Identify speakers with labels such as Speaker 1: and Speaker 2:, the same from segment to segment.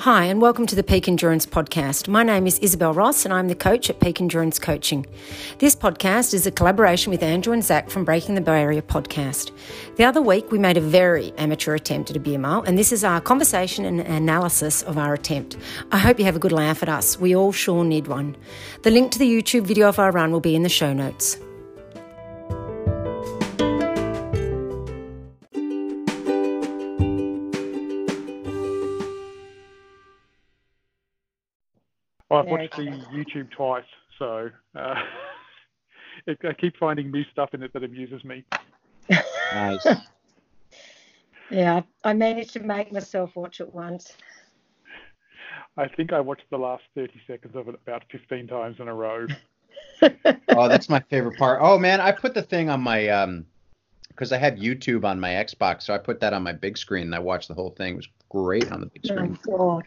Speaker 1: Hi, and welcome to the Peak Endurance Podcast. My name is Isabel Ross, and I'm the coach at Peak Endurance Coaching. This podcast is a collaboration with Andrew and Zach from Breaking the Barrier podcast. The other week, we made a very amateur attempt at a beer mile, and this is our conversation and analysis of our attempt. I hope you have a good laugh at us. We all sure need one. The link to the YouTube video of our run will be in the show notes.
Speaker 2: Well, I've
Speaker 3: There
Speaker 2: watched
Speaker 3: we
Speaker 2: the YouTube twice, so uh, it, I keep finding new stuff in it that amuses me.
Speaker 4: Nice.
Speaker 3: Yeah, I I managed to make myself watch it once.
Speaker 2: I think I watched the last 30 seconds of it about 15 times in a row.
Speaker 4: oh, that's my favorite part. Oh man, I put the thing on my um because I have YouTube on my Xbox, so I put that on my big screen and I watched the whole thing. It was great on the big
Speaker 3: Oh
Speaker 4: screen.
Speaker 3: God.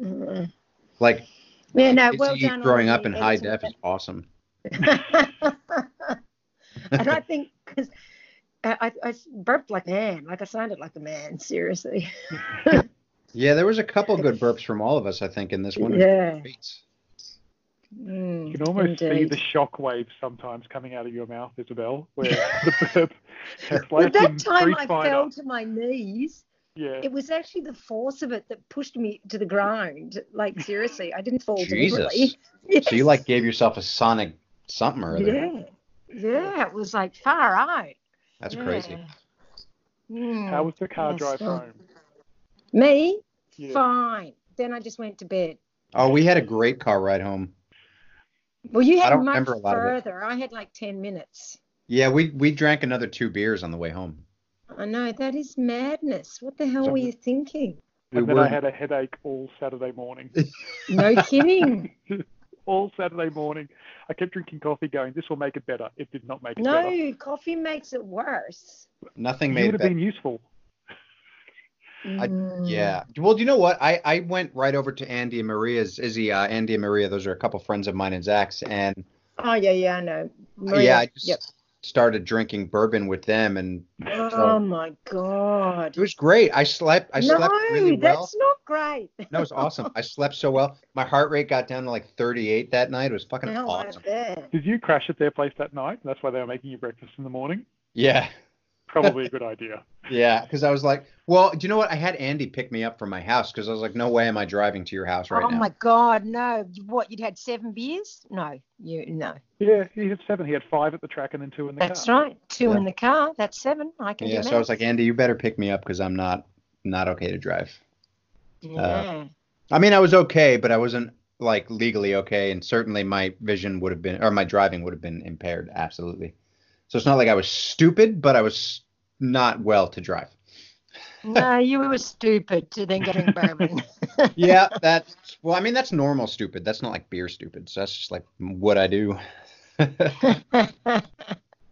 Speaker 3: Mm.
Speaker 4: Like
Speaker 3: Yeah, no,
Speaker 4: kids
Speaker 3: well
Speaker 4: you
Speaker 3: done. on
Speaker 4: growing up
Speaker 3: the
Speaker 4: in high
Speaker 3: editing.
Speaker 4: def is awesome.
Speaker 3: and I think because I, I, I burped like a man, like I sounded like a man. Seriously.
Speaker 4: Yeah, there was a couple good burps from all of us, I think, in this one.
Speaker 3: Yeah.
Speaker 4: Great.
Speaker 3: Mm,
Speaker 2: You can almost see
Speaker 3: indeed.
Speaker 2: the shock waves sometimes coming out of your mouth, Isabel, where the burp has
Speaker 3: Well,
Speaker 2: like
Speaker 3: that time I fell to my knees.
Speaker 2: Yeah.
Speaker 3: It was actually the force of it that pushed me to the ground. Like seriously, I didn't fall
Speaker 4: Jesus.
Speaker 3: deliberately.
Speaker 4: So you like gave yourself a sonic something or other.
Speaker 3: Yeah. Yeah, it was like far out.
Speaker 4: That's crazy.
Speaker 3: Mm.
Speaker 2: How was the car
Speaker 3: Yes,
Speaker 2: drive
Speaker 3: well.
Speaker 2: home?
Speaker 3: Me?
Speaker 2: Yeah.
Speaker 3: Fine. Then I just went to bed.
Speaker 4: Oh, we had a great car ride home.
Speaker 3: Well, you had
Speaker 4: don't
Speaker 3: much
Speaker 4: remember a lot of it.
Speaker 3: further. I had like 10 minutes.
Speaker 4: Yeah, we we drank another two beers on the way home.
Speaker 3: I know that is madness. What the hell
Speaker 4: So
Speaker 3: were
Speaker 4: we-
Speaker 3: you thinking?
Speaker 4: We
Speaker 2: and then
Speaker 4: were
Speaker 2: I had a headache all Saturday morning.
Speaker 3: No kidding.
Speaker 2: all Saturday morning. I kept drinking coffee going, this will make it better. It did not make it better.
Speaker 3: no, coffee makes it worse.
Speaker 4: nothing
Speaker 2: You
Speaker 4: made
Speaker 2: would
Speaker 4: it
Speaker 2: have
Speaker 4: better.
Speaker 2: been useful.
Speaker 3: Mm.
Speaker 4: Yeah. Well, do you know what? I, I went right over to Andy and Maria's, Izzy, uh, Andy and Maria. Those are a couple friends of mine and Zach's. And
Speaker 3: Oh, yeah, yeah, I know. Maria,
Speaker 4: Oh, yeah, I just
Speaker 3: Yep.
Speaker 4: started drinking bourbon with them, and
Speaker 3: Oh, my God.
Speaker 4: it was great. I slept. I
Speaker 3: no,
Speaker 4: slept really well.
Speaker 3: that's not great.
Speaker 4: That was awesome. I slept so well. My heart rate got down to like 38 that night. It was fucking
Speaker 3: No, I
Speaker 4: awesome.
Speaker 3: bet.
Speaker 2: Did you crash at their place that night? That's why they were making you breakfast in the morning.
Speaker 4: Yeah.
Speaker 2: Probably a good idea.
Speaker 4: Yeah. Because I was like, well, do you know what? I had Andy pick me up from my house because I was like, no way am I driving to your house right
Speaker 3: oh
Speaker 4: now.
Speaker 3: my God, no! You- What you'd had seven beers? No, you no.
Speaker 2: Yeah, he had seven. He had five at the track and then two in the
Speaker 3: That's
Speaker 2: car.
Speaker 3: right. Two in the car. That's seven. I can
Speaker 4: yeah.
Speaker 3: do
Speaker 4: So I was like, Andy, you better pick me up because I'm not not okay to drive.
Speaker 3: maths.
Speaker 4: uh, I mean, I was okay, but I wasn't like legally okay, and certainly my vision would have been, or my driving would have been impaired, absolutely. So it's not like I was stupid, but I was not well to drive.
Speaker 3: yeah. no, you were stupid to then getting bourbon.
Speaker 4: Yeah, that's well. I mean, that's normal stupid. That's not like beer stupid. So that's just like what I do.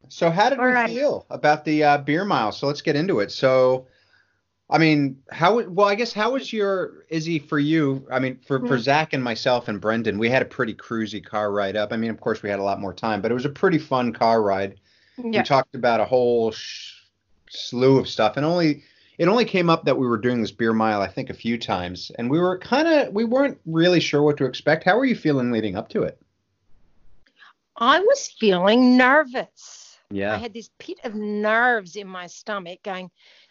Speaker 4: so how did
Speaker 3: All
Speaker 4: we
Speaker 3: right.
Speaker 4: feel about the uh, beer mile? So let's get into it. So, I mean, how? Well, I guess how was your Izzy for you? I mean, for for Zach and myself and Brendan, we had a pretty cruisy car ride up. I mean, of course, we had a lot more time, but it was a pretty fun car ride.
Speaker 3: yeah.
Speaker 4: We talked about a whole sh- slew of stuff, and only it only came up that we were doing this beer mile, I think, a few times, and we were kind of we weren't really sure what to expect. How were you feeling leading up to it?
Speaker 3: I was feeling nervous. I
Speaker 4: Yeah.
Speaker 3: had this pit of nerves in my stomach going,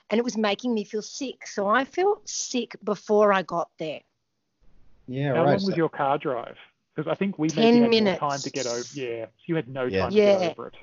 Speaker 3: and it was making me feel sick. So I felt sick before I got there.
Speaker 4: Yeah.
Speaker 2: How
Speaker 4: right.
Speaker 2: long was your car drive? Because I think we maybe
Speaker 3: 10
Speaker 2: had more
Speaker 3: minutes.
Speaker 2: time to get over. Yeah, so you had no
Speaker 4: Yeah.
Speaker 2: time to
Speaker 3: Yeah.
Speaker 2: get over it.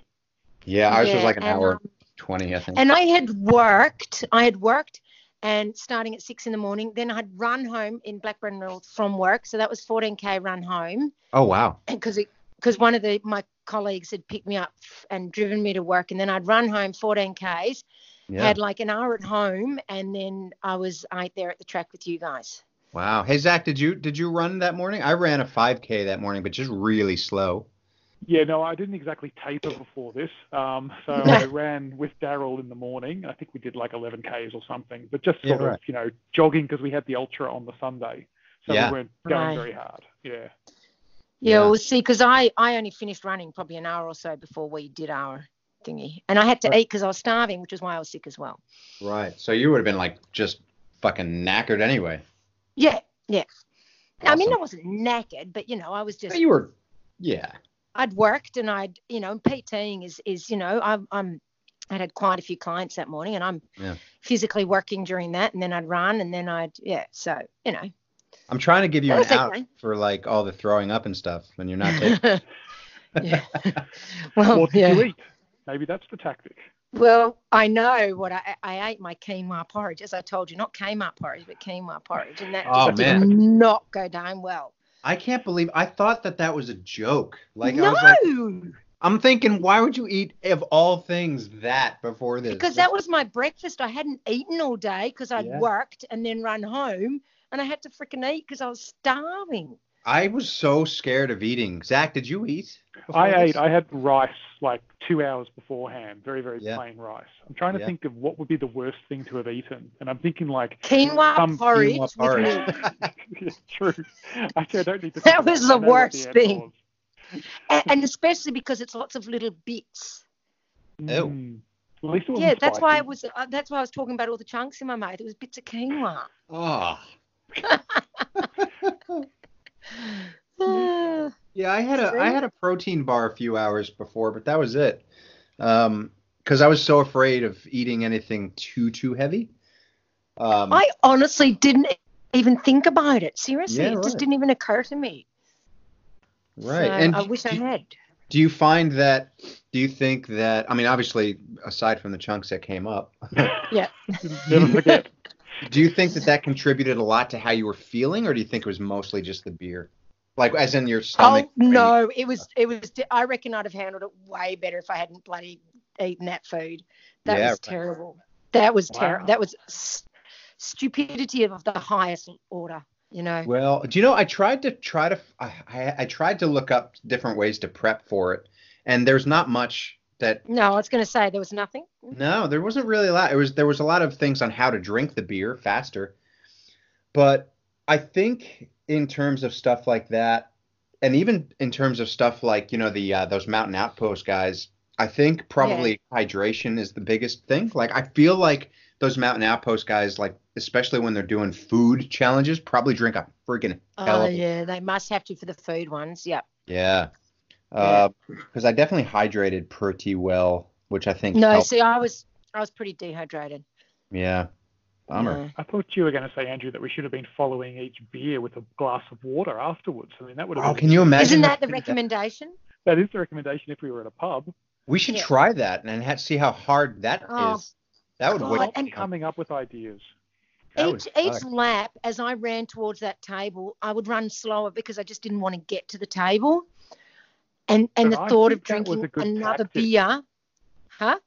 Speaker 4: yeah, ours was
Speaker 3: Yeah,
Speaker 4: like an
Speaker 3: and,
Speaker 4: hour
Speaker 3: um,
Speaker 4: twenty, I think.
Speaker 3: And I had worked. I had worked and starting at six in the morning. Then I had run home in Blackburn North from work. So that was 14K run home.
Speaker 4: oh wow.
Speaker 3: And because because one of the my colleagues had picked me up and driven me to work. And then I'd run home 14Ks,
Speaker 4: Yeah.
Speaker 3: had like an hour at home. And then I was out there at the track with you guys.
Speaker 4: Wow. Hey Zach, did you did you run that morning? I ran a 5K that morning, but just really slow.
Speaker 2: Yeah, no, I didn't exactly taper before this. Um, so I ran with Daryl in the morning. I think we did like 11 k's or something, but just
Speaker 4: Yeah,
Speaker 2: sort of
Speaker 4: right.
Speaker 2: you know jogging because we had the ultra on the Sunday, so
Speaker 4: Yeah.
Speaker 2: we weren't going
Speaker 3: Right.
Speaker 2: very hard. Yeah.
Speaker 3: Yeah,
Speaker 4: Yeah.
Speaker 3: well, see, because I, I only finished running probably an hour or so before we did our thingy. And I had to eat 'cause eat because I was starving, which is why I was sick as well.
Speaker 4: Right. So you would have been like just fucking knackered anyway.
Speaker 3: Yeah, Yeah. I mean, I wasn't knackered, but you know, I was just
Speaker 4: you were, yeah.
Speaker 3: I'd worked and I'd, you know, and PTing is, is you know, I'm, I'm, I had quite a few clients that morning and I'm
Speaker 4: Yeah.
Speaker 3: physically working during that. And then I'd run and then I'd, yeah. So, you know,
Speaker 4: I'm trying to give you
Speaker 3: That
Speaker 4: an
Speaker 3: was
Speaker 4: out
Speaker 3: okay.
Speaker 4: for like all the throwing up and stuff, and you're not taking.
Speaker 3: yeah. well,
Speaker 2: what did
Speaker 3: Oh, yeah.
Speaker 2: you eat? Maybe that's the tactic.
Speaker 3: well, I know what I, I ate my quinoa porridge, as I told you, not Kmart porridge, but quinoa porridge. And that
Speaker 4: Oh,
Speaker 3: did
Speaker 4: man.
Speaker 3: not go down well.
Speaker 4: I can't believe I thought that that was a joke. Like I
Speaker 3: no,
Speaker 4: was like, I'm thinking, why would you eat of all things that before this?
Speaker 3: because that was my breakfast. I hadn't eaten all day because I'd
Speaker 4: Yeah.
Speaker 3: worked and then run home and I had to freaking eat because I was starving.
Speaker 4: I was so scared of eating. Zach, did you eat? before
Speaker 2: I ate.
Speaker 4: this?
Speaker 2: I had rice like two hours beforehand. Very, very
Speaker 4: Yeah.
Speaker 2: plain rice. I'm trying to
Speaker 4: Yeah.
Speaker 2: think of what would be the worst thing to have eaten, and I'm thinking like
Speaker 3: Quinoa
Speaker 2: Some
Speaker 3: porridge.
Speaker 4: quinoa
Speaker 3: with
Speaker 4: porridge.
Speaker 3: milk.
Speaker 2: true. Actually, I don't need to.
Speaker 3: That
Speaker 2: think about
Speaker 3: was
Speaker 2: it.
Speaker 3: the
Speaker 2: I know what
Speaker 3: worst
Speaker 2: end
Speaker 3: thing.
Speaker 2: was.
Speaker 3: and, and especially because it's lots of little bits.
Speaker 4: Ew.
Speaker 2: Mm. At least it wasn't
Speaker 3: Yeah, that's why I
Speaker 2: spicy.
Speaker 3: was. Uh, that's why I was talking about all the chunks in my mouth. It was bits of quinoa.
Speaker 4: Ah.
Speaker 3: Uh,
Speaker 4: Yeah, I had a
Speaker 3: See?
Speaker 4: I had a protein bar a few hours before, but that was it. Um, because I was so afraid of eating anything too too heavy. Um,
Speaker 3: I honestly didn't even think about it. Seriously,
Speaker 4: Yeah,
Speaker 3: it just
Speaker 4: right.
Speaker 3: didn't even occur to me.
Speaker 4: right.
Speaker 3: So
Speaker 4: and
Speaker 3: I wish I
Speaker 4: do-
Speaker 3: had.
Speaker 4: Do you find that? Do you think that? I mean, obviously, aside from the chunks that came up,
Speaker 3: Yeah.
Speaker 2: Never forget.
Speaker 4: do you think that that contributed a lot to how you were feeling, or do you think it was mostly just the beer, like as in your stomach?
Speaker 3: Oh no, it was it was. I reckon I'd have handled it way better if I hadn't bloody eaten that food. That
Speaker 4: Yeah,
Speaker 3: was
Speaker 4: right.
Speaker 3: terrible. That was
Speaker 2: Wow.
Speaker 3: terrible. That was s- stupidity of the highest order. You know.
Speaker 4: Well, do you know? I tried to try to I, I, I tried to look up different ways to prep for it, and there's not much that.
Speaker 3: No, I was going to say there was nothing.
Speaker 4: No, there wasn't really a lot. It was there was a lot of things on how to drink the beer faster, but I think in terms of stuff like that, and even in terms of stuff like you know the uh, those mountain outpost guys, I think probably hydration is the biggest thing. Like I feel like those mountain outpost guys, like especially when they're doing food challenges, probably drink a freaking hell
Speaker 3: Oh
Speaker 4: of a
Speaker 3: yeah, they must have to for the food ones. Yep.
Speaker 4: yeah.
Speaker 3: Yeah.
Speaker 4: Because I definitely hydrated pretty well, which I think
Speaker 3: No,
Speaker 4: helped.
Speaker 3: see, I was I was pretty dehydrated.
Speaker 4: yeah. Bummer.
Speaker 2: I thought you were going to say, Andrew, that we should have been following each beer with a glass of water afterwards. I mean, that would have.
Speaker 4: Oh,
Speaker 2: been-
Speaker 4: can you
Speaker 3: No.
Speaker 4: imagine?
Speaker 3: Isn't that the recommendation?
Speaker 2: That is the recommendation if we were at a pub.
Speaker 4: We should
Speaker 3: Yeah.
Speaker 4: try that and ha- see how hard that is.
Speaker 3: Oh,
Speaker 4: That would
Speaker 3: God.
Speaker 4: wake
Speaker 3: What? And-
Speaker 2: coming up with ideas.
Speaker 4: That
Speaker 3: each
Speaker 4: would
Speaker 3: each
Speaker 4: suck.
Speaker 3: lap, as I ran towards that table, I would run slower because I just didn't want to get to the table. And and
Speaker 2: But
Speaker 3: the
Speaker 2: I
Speaker 3: thought of
Speaker 2: think that was
Speaker 3: drinking
Speaker 2: a good
Speaker 3: another
Speaker 2: tactic.
Speaker 3: beer, huh?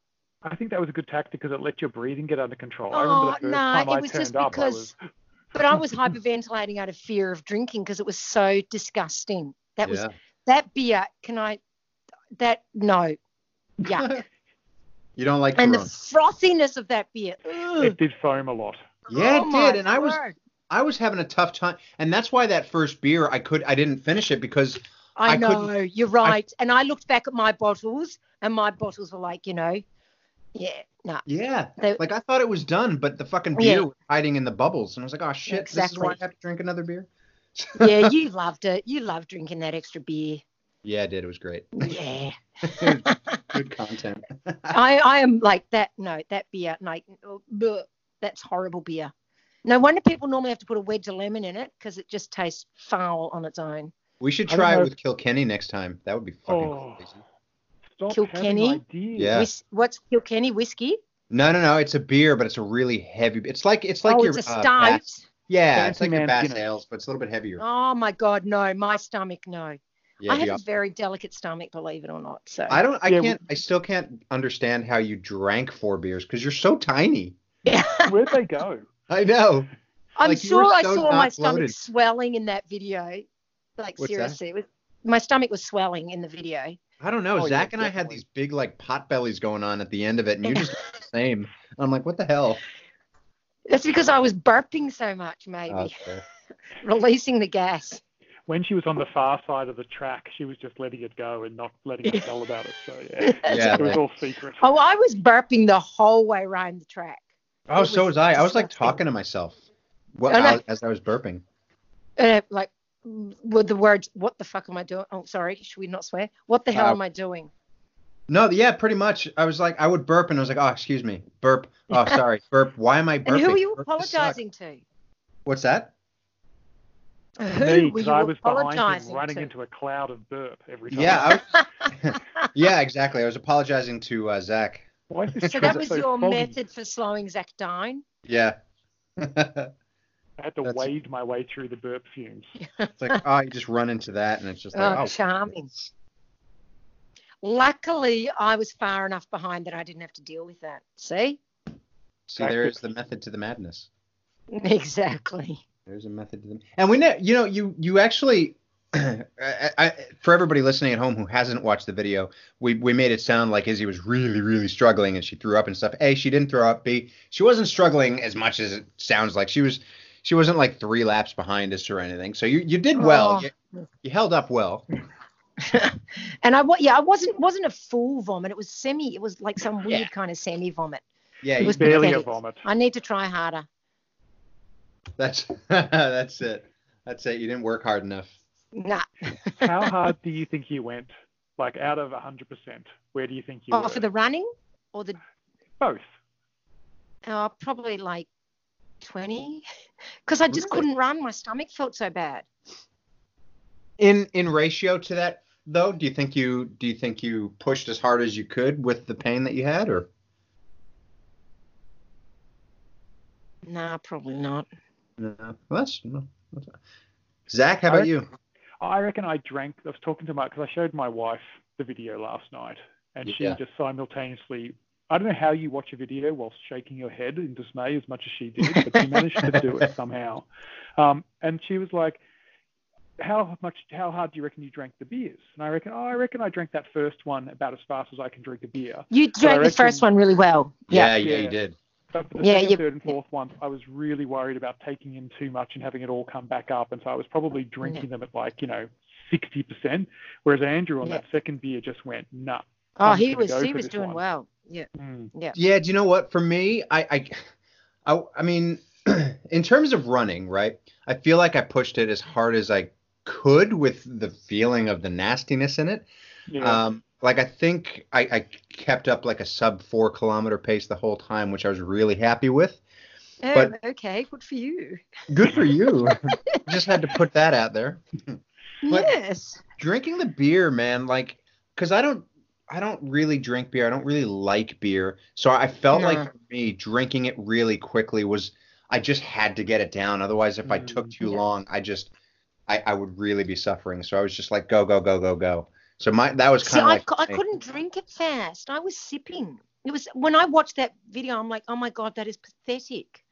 Speaker 2: I think that was a good tactic because it let your breathing get under control. I
Speaker 3: Oh,
Speaker 2: remember the first
Speaker 3: no,
Speaker 2: time
Speaker 3: it
Speaker 2: I
Speaker 3: was
Speaker 2: turned
Speaker 3: just
Speaker 2: up,
Speaker 3: because-
Speaker 2: I was
Speaker 3: But I was hyperventilating out of fear of drinking because it was so disgusting. That was
Speaker 4: Yeah.
Speaker 3: that beer. Can I? That no, yeah.
Speaker 4: You don't like
Speaker 3: and the
Speaker 4: Corona.
Speaker 3: frothiness of that beer.
Speaker 2: it did foam a lot.
Speaker 4: Yeah, it
Speaker 3: Oh my
Speaker 4: did, and I was-
Speaker 3: word.
Speaker 4: I was having a tough time, and that's why that first beer I could I didn't finish it because
Speaker 3: I,
Speaker 4: I couldn't-
Speaker 3: know you're right. and I looked back at my bottles, and my bottles were like, you know, yeah, no,
Speaker 4: yeah,
Speaker 3: They-
Speaker 4: like I thought it was done, but the fucking
Speaker 3: Yeah.
Speaker 4: beer was hiding in the bubbles, and I was like, oh shit, this is why I
Speaker 3: Exactly.
Speaker 4: have to drink another beer.
Speaker 3: yeah, you loved it. You loved drinking that extra beer.
Speaker 4: Yeah, I did. It was great.
Speaker 3: Yeah,
Speaker 4: Good content.
Speaker 3: I, I am like that. No, that beer, like, oh, bleh, that's horrible beer. No wonder people normally have to put a wedge of lemon in it because it just tastes foul on its own.
Speaker 4: We should
Speaker 2: I don't
Speaker 4: try it
Speaker 2: know
Speaker 4: with Kilkenny next time. That would be fucking
Speaker 2: Oh.
Speaker 4: crazy.
Speaker 2: Stop
Speaker 3: Kilkenny?
Speaker 2: having ideas.
Speaker 4: Yeah.
Speaker 3: Whis- what's Kilkenny whiskey?
Speaker 4: No, no, no. It's a beer, but it's a really heavy. It's like it's like
Speaker 3: oh,
Speaker 4: your
Speaker 3: it's a
Speaker 4: uh,
Speaker 3: stout.
Speaker 4: Bass- yeah, it's
Speaker 2: Fancy
Speaker 4: like
Speaker 2: Man's
Speaker 4: your Bass
Speaker 2: Guinness.
Speaker 4: ales, but it's a little bit heavier.
Speaker 3: oh my God, no, my stomach, no.
Speaker 4: yeah,
Speaker 3: I have
Speaker 4: the-
Speaker 3: a very delicate stomach, believe it or not. So
Speaker 4: I don't. I
Speaker 2: Yeah, we-
Speaker 4: can't. I still can't understand how you drank four beers because you're so tiny.
Speaker 2: Where'd they go?
Speaker 4: I know.
Speaker 3: I'm
Speaker 4: Like, you were
Speaker 3: sure I
Speaker 4: so
Speaker 3: saw my
Speaker 4: not
Speaker 3: stomach
Speaker 4: bloated.
Speaker 3: swelling in that video. Like
Speaker 4: What's that?
Speaker 3: seriously, it was, my stomach was swelling in the video.
Speaker 4: I don't know.
Speaker 2: Oh, yeah,
Speaker 4: Zach and I had
Speaker 2: definitely.
Speaker 4: these big like pot bellies going on at the end of it, and you just looked the same. I'm like, what the hell?
Speaker 3: That's because I was burping so much, maybe
Speaker 4: Oh, okay.
Speaker 3: releasing the gas.
Speaker 2: When she was on the far side of the track, she was just letting it go and not letting us know about it. So yeah,
Speaker 4: Yeah,
Speaker 2: it was
Speaker 4: like-
Speaker 2: all secret.
Speaker 3: Oh, I was burping the whole way around the track.
Speaker 4: oh
Speaker 3: It
Speaker 4: so
Speaker 3: was
Speaker 4: was I. I was like
Speaker 3: disgusting. Oh,
Speaker 4: talking to myself. What,
Speaker 3: I know.
Speaker 4: as I was burping.
Speaker 3: uh, like with the words, "What the fuck am I doing?" Oh, sorry, should we not swear? What the hell
Speaker 4: Uh,
Speaker 3: am I doing?
Speaker 4: No, yeah, pretty much. I was like, I would burp, and I was like, oh, excuse me, burp. Oh, sorry, burp. Why am I burping?
Speaker 3: And who are you
Speaker 4: Burp sucks.
Speaker 3: apologizing to?
Speaker 4: What's that?
Speaker 3: Who were
Speaker 2: because
Speaker 3: you
Speaker 2: I was behind him,
Speaker 3: apologizing
Speaker 2: running
Speaker 3: to?
Speaker 2: into a cloud of burp every time.
Speaker 4: Yeah, I was, yeah, exactly. I was apologizing to uh, Zach.
Speaker 2: Why is this
Speaker 3: so
Speaker 2: trip
Speaker 3: that was
Speaker 2: so
Speaker 3: your
Speaker 2: foggy?
Speaker 3: method for slowing Zach down.
Speaker 4: Yeah. it's
Speaker 2: I had to
Speaker 4: That's-
Speaker 2: wade my way through the burp fumes.
Speaker 4: like, oh, you just run into that, and it's just like,
Speaker 3: oh,
Speaker 4: oh,
Speaker 3: charming. Luckily, I was far enough behind that I didn't have to deal with that. See?
Speaker 4: see, there is the method to the madness.
Speaker 3: Exactly.
Speaker 4: There's a method to them. And we know, you know, you you actually, I, I, for everybody listening at home who hasn't watched the video, we we made it sound like Izzy was really really struggling and she threw up and stuff. A, she didn't throw up. B, she wasn't struggling as much as it sounds like. She was she wasn't like three laps behind us or anything. So you you did well.
Speaker 3: Oh.
Speaker 4: You, you held up well.
Speaker 3: And I wa- yeah, I wasn't wasn't a full vomit. It was semi. It was like some weird
Speaker 4: Yeah.
Speaker 3: kind of semi vomit.
Speaker 4: Yeah,
Speaker 3: It
Speaker 4: you,
Speaker 3: was
Speaker 2: Barely a
Speaker 3: pathetic.
Speaker 2: vomit.
Speaker 3: I need to try harder.
Speaker 4: that's that's it. That's it. You didn't work hard enough.
Speaker 3: Nah.
Speaker 2: How hard do you think you went? Like out of 100%, where do you think you
Speaker 3: Oh,
Speaker 2: were?
Speaker 3: for the running or the
Speaker 2: Both.
Speaker 3: uh, probably like twenty, because I just
Speaker 4: Really?
Speaker 3: couldn't run. My stomach felt so bad.
Speaker 4: In in ratio to that though, do you think you do you think you pushed as hard as you could with the pain that you had or?
Speaker 3: Nah, probably not.
Speaker 4: No, well, that's, no, that's Zach. How about you?
Speaker 2: I reckon I drank. I was talking to my because I showed my wife the video last night, and she
Speaker 4: Yeah.
Speaker 2: just simultaneously. I don't know how you watch a video whilst shaking your head in dismay as much as she did, but she managed to do it somehow. Um, and she was like, "How much? How hard do you reckon you drank the beers?" And I reckon, "Oh, I reckon I drank that first one about as fast as I can drink a beer."
Speaker 3: You drank the
Speaker 2: reckon-
Speaker 3: first one really well. Yeah.
Speaker 4: yeah,
Speaker 2: Yeah.
Speaker 4: you did.
Speaker 2: But for the
Speaker 3: Yeah,
Speaker 2: second,
Speaker 3: you-
Speaker 2: third, and fourth ones, I was really worried about taking in too much and having it all come back up. And so I was probably
Speaker 3: Mm.
Speaker 2: drinking them at like, you know, 60%. Whereas Andrew on
Speaker 3: Yeah.
Speaker 2: that second beer just went, nah.
Speaker 3: Oh,
Speaker 2: I'm
Speaker 3: he
Speaker 2: gonna
Speaker 3: was
Speaker 2: go
Speaker 3: he
Speaker 2: for
Speaker 3: was
Speaker 2: this
Speaker 3: doing
Speaker 2: one.
Speaker 3: well. Yeah.
Speaker 2: Mm.
Speaker 4: Yeah, do you know what? For me, I, I, I, I mean, in terms of running, right? I feel like I pushed it as hard as I could with the feeling of the nastiness in it.
Speaker 2: Yeah.
Speaker 4: Um, like I think I, I kept up like a sub four kilometer pace the whole time, which I was really happy with.
Speaker 3: Oh,
Speaker 4: But-
Speaker 3: okay. Good for you.
Speaker 4: Good for you. Just had to put that out there. But-
Speaker 3: yes.
Speaker 4: drinking the beer man like because i don't i don't really drink beer i don't really like beer so i felt
Speaker 3: No.
Speaker 4: like for me drinking it really quickly was i just had to get it down otherwise if i took too
Speaker 3: Yeah.
Speaker 4: long i just I, I would really be suffering so i was just like go go go go go so my that was
Speaker 3: See,
Speaker 4: kind of
Speaker 3: I,
Speaker 4: like
Speaker 3: cou- I
Speaker 4: me.
Speaker 3: couldn't drink it fast. I was sipping. It was when I watched that video. I'm like, oh my god, that is pathetic.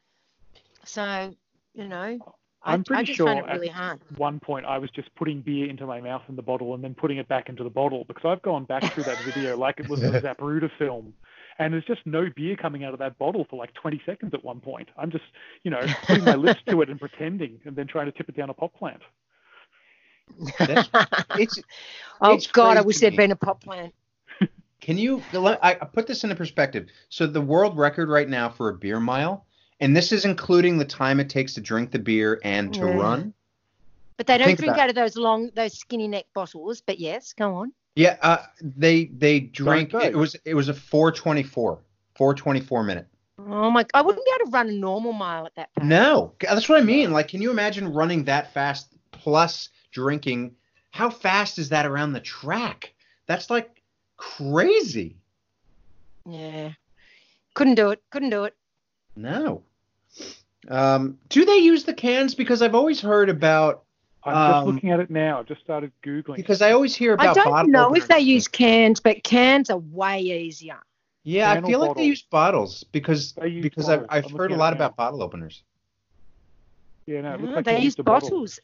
Speaker 3: So, you know, I,
Speaker 2: I'm pretty
Speaker 3: I just
Speaker 2: sure
Speaker 3: found it
Speaker 2: at-
Speaker 3: really hard.
Speaker 2: one point I was just putting beer into my mouth in the bottle and then putting it back into the bottle because I've gone back through that video like it was a Zapruder film. And there's just no beer coming out of that bottle for like 20 seconds at one point. I'm just, you know, putting my lips to it and pretending and then trying to tip it down a pot plant.
Speaker 4: That's- it's
Speaker 3: oh
Speaker 4: it's
Speaker 3: god, I
Speaker 4: crazy
Speaker 3: wish
Speaker 4: to
Speaker 3: there'd
Speaker 4: me.
Speaker 3: been a pop plant.
Speaker 4: Can you let- I I put this into perspective? So the world record right now for a beer mile, and this is including the time it takes to drink the beer and to
Speaker 3: Yeah.
Speaker 4: run.
Speaker 3: But they don't
Speaker 4: Think
Speaker 3: drink
Speaker 4: about
Speaker 3: out of those long, those skinny neck bottles. But yes, go on.
Speaker 4: Yeah, uh, they they drank.
Speaker 2: they?
Speaker 4: It was it was a 424, 424 minute.
Speaker 3: Oh my, I wouldn't be able to run a normal mile at that pace.
Speaker 4: No, that's what I mean. Like, can you imagine running that fast plus drinking? How fast is that around the track? That's like crazy.
Speaker 3: Yeah, couldn't do it. Couldn't do it.
Speaker 4: No. Um, do they use the cans? Because I've always heard about
Speaker 2: I'm just
Speaker 4: Um,
Speaker 2: looking at it now. I've just started Googling.
Speaker 4: Because I always hear about
Speaker 3: I don't
Speaker 4: bottle
Speaker 3: know if
Speaker 4: openers.
Speaker 3: they use cans, but cans are way easier.
Speaker 4: Yeah, I
Speaker 2: can or
Speaker 4: feel like
Speaker 2: bottle.
Speaker 4: they use bottles because
Speaker 2: They use
Speaker 4: because
Speaker 2: bottles.
Speaker 4: I've, I've
Speaker 2: I'm
Speaker 4: heard a
Speaker 2: looking
Speaker 4: lot
Speaker 2: at it now.
Speaker 4: about bottle openers.
Speaker 2: Yeah, no, it looks
Speaker 3: Mm,
Speaker 2: like
Speaker 3: they
Speaker 2: used
Speaker 3: use
Speaker 2: a bottle.
Speaker 3: bottles.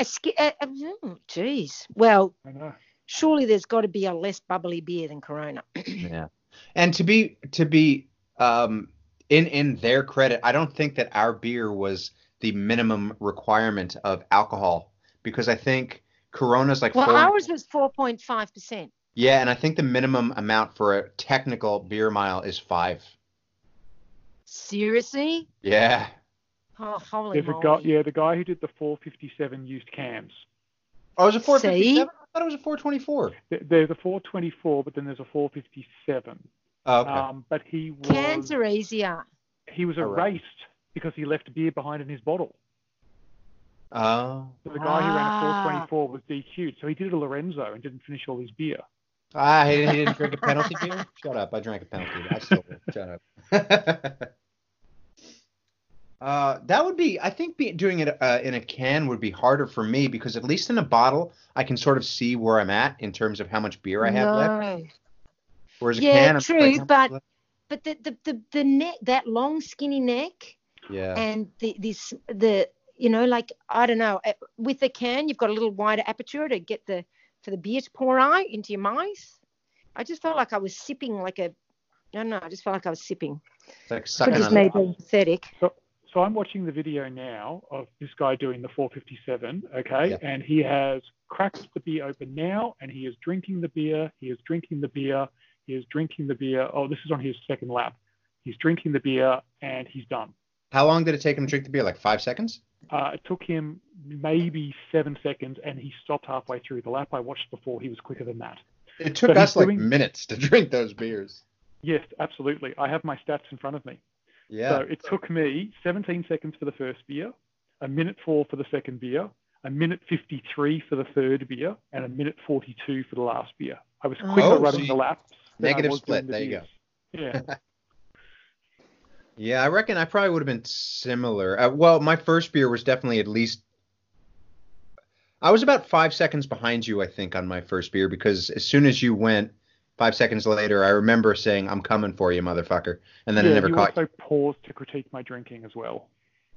Speaker 3: A ski- a- a- mm, Jeez. Well,
Speaker 2: I know.
Speaker 3: surely there's got to be a less bubbly beer than Corona.
Speaker 4: Yeah. And to be to be um in in their credit, I don't think that our beer was the minimum requirement of alcohol because I think Corona's like
Speaker 3: Well,
Speaker 4: four.
Speaker 3: ours was 4.5%.
Speaker 4: Yeah, and I think the minimum amount for a technical beer mile is five.
Speaker 3: Seriously?
Speaker 4: Yeah.
Speaker 3: Oh, holy
Speaker 2: There's a
Speaker 3: moly.
Speaker 2: guy, yeah, the guy who did the 457 used cams.
Speaker 4: Oh, it was a
Speaker 3: See?
Speaker 4: 457. I thought it was a 424.
Speaker 2: There- There's a 424, but then there's a 457.
Speaker 4: Oh, okay.
Speaker 2: Um, but he was
Speaker 3: Cans are easier.
Speaker 2: he was
Speaker 4: All
Speaker 2: erased
Speaker 4: right.
Speaker 2: because he left beer behind in his bottle.
Speaker 4: oh,
Speaker 2: So the guy who
Speaker 3: Ah.
Speaker 2: ran a 424 was DQ'd. So he did a Lorenzo and didn't finish all his beer.
Speaker 4: ah, he, he didn't drink a penalty beer. Shut up! I drank a penalty. Beer. I still will. shut up. uh, that would be. I think be, doing it uh, in a can would be harder for me because at least in a bottle, I can sort of see where I'm at in terms of how much beer I have left.
Speaker 3: No.
Speaker 4: Whereas a
Speaker 3: Yeah,
Speaker 4: can, I'm
Speaker 3: true,
Speaker 4: like, how much
Speaker 3: but-
Speaker 4: left?
Speaker 3: But the, the, the, the neck, that long skinny neck
Speaker 4: yeah,
Speaker 3: and the, this, the, you know, like, I don't know, uh, with the can, you've got a little wider aperture to get the, for the beer to pour out into your mouth. I just felt like I was sipping like a, no, no, I just felt like I was sipping.
Speaker 4: it's like
Speaker 3: Could
Speaker 4: sucking
Speaker 3: just
Speaker 4: on.
Speaker 3: me being pathetic.
Speaker 2: So I'm watching the video now of this guy doing the 457, okay?
Speaker 4: Yep.
Speaker 2: And he has cracked the beer open now and he is drinking the beer. He is drinking the beer. He is drinking the beer. Oh, this is on his second lap. He's drinking the beer and he's done.
Speaker 4: How long did it take him to drink the beer? Like five seconds?
Speaker 2: Uh, it took him maybe seven seconds and he stopped halfway through the lap. I watched before he was quicker than that.
Speaker 4: It
Speaker 2: So
Speaker 4: took
Speaker 2: he's
Speaker 4: us like
Speaker 2: doing-
Speaker 4: minutes to drink those beers.
Speaker 2: Yes, absolutely. I have my stats in front of me.
Speaker 4: Yeah.
Speaker 2: So it took me 17 seconds for the first beer, a minute four for the second beer, a minute 53 for the third beer, and a minute 42 for the last beer. I was quicker
Speaker 4: Oh, so
Speaker 2: running
Speaker 4: you-
Speaker 2: the laps. than I
Speaker 4: Negative
Speaker 2: was doing
Speaker 4: split,
Speaker 2: the
Speaker 4: there you
Speaker 2: beers. Yeah.
Speaker 4: Yeah, I reckon I probably would have been similar. Uh, well, my first beer was definitely at least. I was about five seconds behind you, I think, on my first beer because as soon as you went, five seconds later, I remember saying, "I'm coming for you, motherfucker," and then I
Speaker 2: Yeah,
Speaker 4: never
Speaker 2: you
Speaker 4: caught.
Speaker 2: also paused to critique my drinking as well.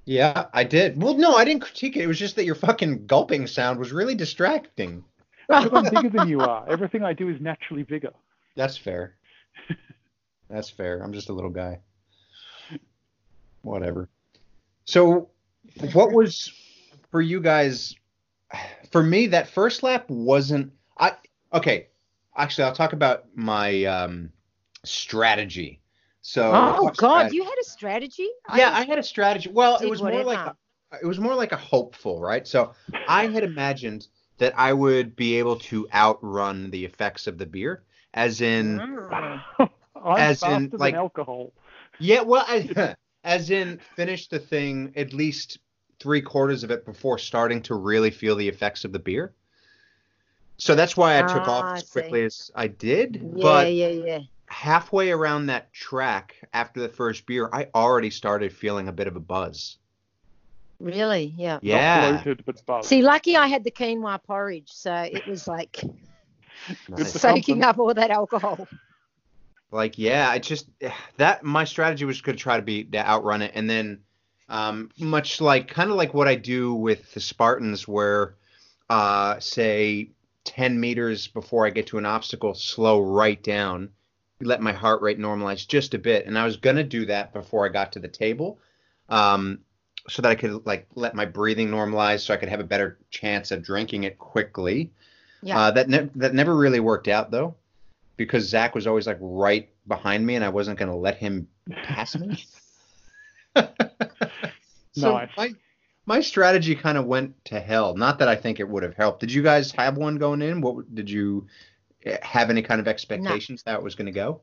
Speaker 4: you. Yeah, I did. Well, no, I didn't critique it. It was just that your fucking gulping sound was really distracting.
Speaker 2: Because I'm bigger than you are. Everything I do is naturally bigger.
Speaker 4: That's fair. That's fair. I'm just a little guy. Whatever. So, what was for you guys? For me, that first lap wasn't. I okay. Actually, I'll talk about my um, strategy. So.
Speaker 3: Oh,
Speaker 4: what
Speaker 3: God,
Speaker 4: strat-
Speaker 3: you had a strategy?
Speaker 4: Yeah, I had a strategy. Well, it
Speaker 3: did
Speaker 4: was more like
Speaker 3: whatever.
Speaker 4: a- it was more like a hopeful, right? So, I had imagined that I would be able to outrun the effects of the beer, as in.
Speaker 3: Mm.
Speaker 2: I'm
Speaker 4: As in,
Speaker 2: faster
Speaker 4: like-
Speaker 2: than alcohol.
Speaker 4: Yeah, well, as, as in finish the thing at least three quarters of it before starting to really feel the effects of the beer. So that's why I took
Speaker 3: Ah, I
Speaker 4: off as
Speaker 3: see.
Speaker 4: quickly as I did.
Speaker 3: Yeah,
Speaker 4: but
Speaker 3: yeah, yeah.
Speaker 4: halfway around that track after the first beer, I already started feeling a bit of a buzz.
Speaker 3: Really? Yeah.
Speaker 2: Not
Speaker 4: Yeah.
Speaker 2: bloated, but buzzed.
Speaker 3: See, lucky I had the quinoa porridge, so it was like
Speaker 2: It's
Speaker 4: Nice.
Speaker 3: soaking
Speaker 2: something.
Speaker 3: up all that alcohol.
Speaker 4: Like, yeah, I just that my strategy was to try to be to outrun it, and then um, much like kind of like what I do with the Spartans, where uh, say 10 meters before I get to an obstacle, slow right down, let my heart rate normalize just a bit. And I was going to do that before I got to the table um, so that I could like let my breathing normalize so I could have a better chance of drinking it quickly.
Speaker 3: Yeah.
Speaker 4: Uh, that, ne- that never really worked out though, because Zach was always like right behind me and I wasn't going to let him pass me. so
Speaker 2: Nice.
Speaker 4: my, my strategy kind of went to hell. Not that I think it would have helped. Did you guys have one going in? What did you eh, have any kind of expectations how it was going to go?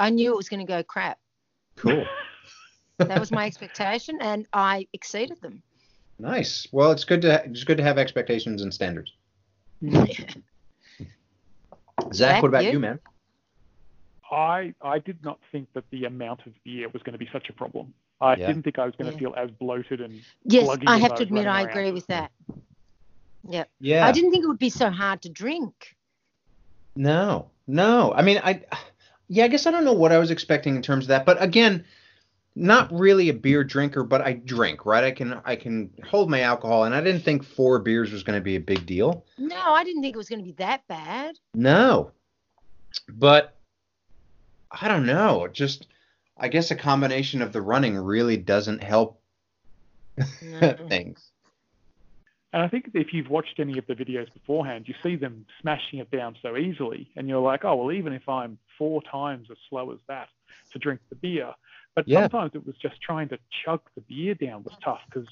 Speaker 3: I knew it was going to go crap.
Speaker 4: Cool.
Speaker 3: That was my expectation, and I exceeded them.
Speaker 4: nice. Well, it's good to it's good to have expectations and standards. Zach,
Speaker 3: Zach,
Speaker 4: what about
Speaker 3: you?
Speaker 4: you, man?
Speaker 2: I I did not think that the amount of beer was going to be such a problem. I
Speaker 4: Yeah.
Speaker 2: didn't think I was going to
Speaker 3: Yeah.
Speaker 2: feel as bloated and
Speaker 3: Yes,
Speaker 2: Plugging
Speaker 3: I
Speaker 2: as
Speaker 3: have
Speaker 2: I
Speaker 3: to
Speaker 2: was
Speaker 3: admit I
Speaker 2: running
Speaker 3: agree
Speaker 2: around.
Speaker 3: with that. Yep.
Speaker 4: Yeah.
Speaker 3: I didn't think it would be so hard to drink.
Speaker 4: No, no. I mean, I, yeah, I guess I don't know what I was expecting in terms of that, but again, not really a beer drinker, but I drink, right? I can, I can hold my alcohol, and I didn't think four beers was going to be a big deal.
Speaker 3: No, I didn't think it was going to be that bad.
Speaker 4: No, but I don't know. Just, I guess a combination of the running really doesn't help
Speaker 3: No.
Speaker 4: things.
Speaker 2: and I think if you've watched any of the videos beforehand, you see them smashing it down so easily, and you're like, oh well, even if I'm four times as slow as that to drink the beer, But
Speaker 4: Yeah.
Speaker 2: sometimes it was just trying to chug the beer down was tough because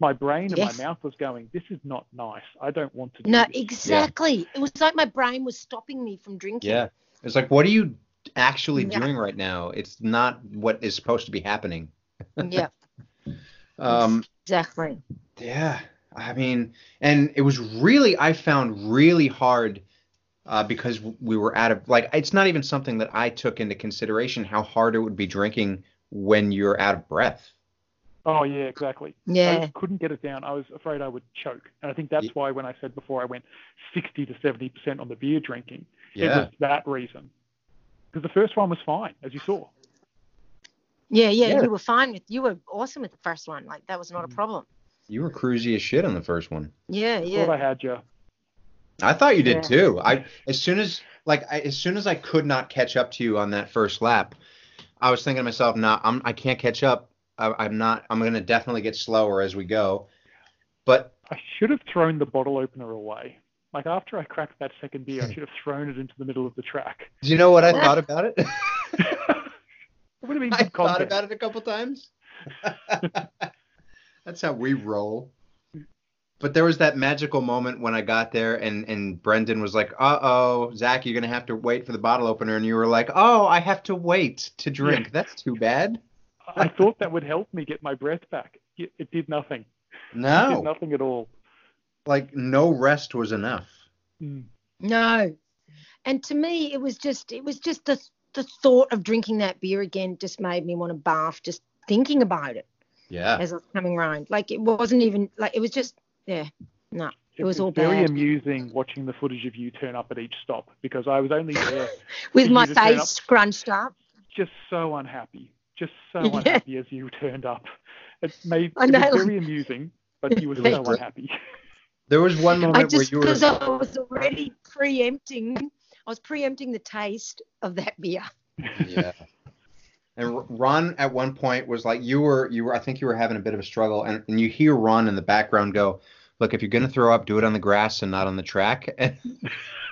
Speaker 2: my brain and
Speaker 3: Yes.
Speaker 2: my mouth was going, this is not nice. I don't want to do
Speaker 3: No,
Speaker 2: this.
Speaker 3: exactly. It was like my brain was stopping me from drinking.
Speaker 4: Yeah. It's like, what are you actually
Speaker 3: Yeah.
Speaker 4: doing right now? It's not what is supposed to be happening.
Speaker 3: yeah,
Speaker 4: Um,
Speaker 3: exactly.
Speaker 4: Yeah, I mean, and it was really I found really hard uh, because we were out of like it's not even something that I took into consideration how hard it would be drinking when you're out of breath.
Speaker 2: Oh, yeah, exactly.
Speaker 3: Yeah.
Speaker 2: I couldn't get it down. I was afraid I would choke. And I think that's
Speaker 4: Ye-
Speaker 2: why when I said before I went 60 to 70% on the beer drinking, it
Speaker 4: Yeah,
Speaker 2: was that reason. Because the first one was fine, as you saw.
Speaker 3: yeah, yeah,
Speaker 4: Yeah.
Speaker 3: You were fine with you were awesome with the first one. Like that was not a
Speaker 2: Mm.
Speaker 3: problem.
Speaker 4: you were cruisy as shit on the first one.
Speaker 3: Yeah,
Speaker 2: Thought I
Speaker 3: yeah.
Speaker 2: had you.
Speaker 4: I thought you did
Speaker 3: Yeah.
Speaker 4: too. I as soon as like I, as soon as I could not catch up to you on that first lap, I was thinking to myself, nah, I'm I can't catch up. I, I'm not. I'm gonna definitely get slower as we go. But
Speaker 2: I should have thrown the bottle opener away. Like after I cracked that second beer, I should have thrown it into the middle of the track.
Speaker 4: do you know what I thought about it?
Speaker 2: it would have been
Speaker 4: I
Speaker 2: good
Speaker 4: thought
Speaker 2: content.
Speaker 4: about it a couple times. That's how we roll. But there was that magical moment when I got there and and Brendan was like, "Uh oh, Zach, you're gonna have to wait for the bottle opener," and you were like, "Oh, I have to wait to drink. That's too bad."
Speaker 2: I thought that would help me get my breath back. It it did nothing. It did
Speaker 4: No,
Speaker 2: nothing at all.
Speaker 4: like no rest was enough.
Speaker 2: Mm.
Speaker 3: No. And to me, it was just it was just the the thought of drinking that beer again just made me want to barf just thinking about it
Speaker 4: Yeah,
Speaker 3: as I was coming round. Like it wasn't even like it was just yeah. No, it was all
Speaker 2: very
Speaker 3: bad.
Speaker 2: amusing watching the footage of you turn up at each stop because I was only there
Speaker 3: With
Speaker 2: You
Speaker 3: my
Speaker 2: just turn
Speaker 3: face
Speaker 2: up-
Speaker 3: scrunched up.
Speaker 2: just so unhappy, just so
Speaker 3: Yeah.
Speaker 2: unhappy as you turned up. It made
Speaker 3: I
Speaker 2: it
Speaker 3: know,
Speaker 2: was
Speaker 3: like-
Speaker 2: very amusing, but you were
Speaker 4: It
Speaker 2: so
Speaker 4: was-
Speaker 2: unhappy.
Speaker 4: there was one
Speaker 3: I
Speaker 4: moment where
Speaker 3: just
Speaker 4: you were.
Speaker 3: because I was already preempting, I was preempting the taste of that beer.
Speaker 4: yeah. And R- Ron at one point was like, "You were, you were. I think you were having a bit of a struggle." And, and you hear Ron in the background go, "Look, if you're gonna throw up, do it on the grass and not on the track." And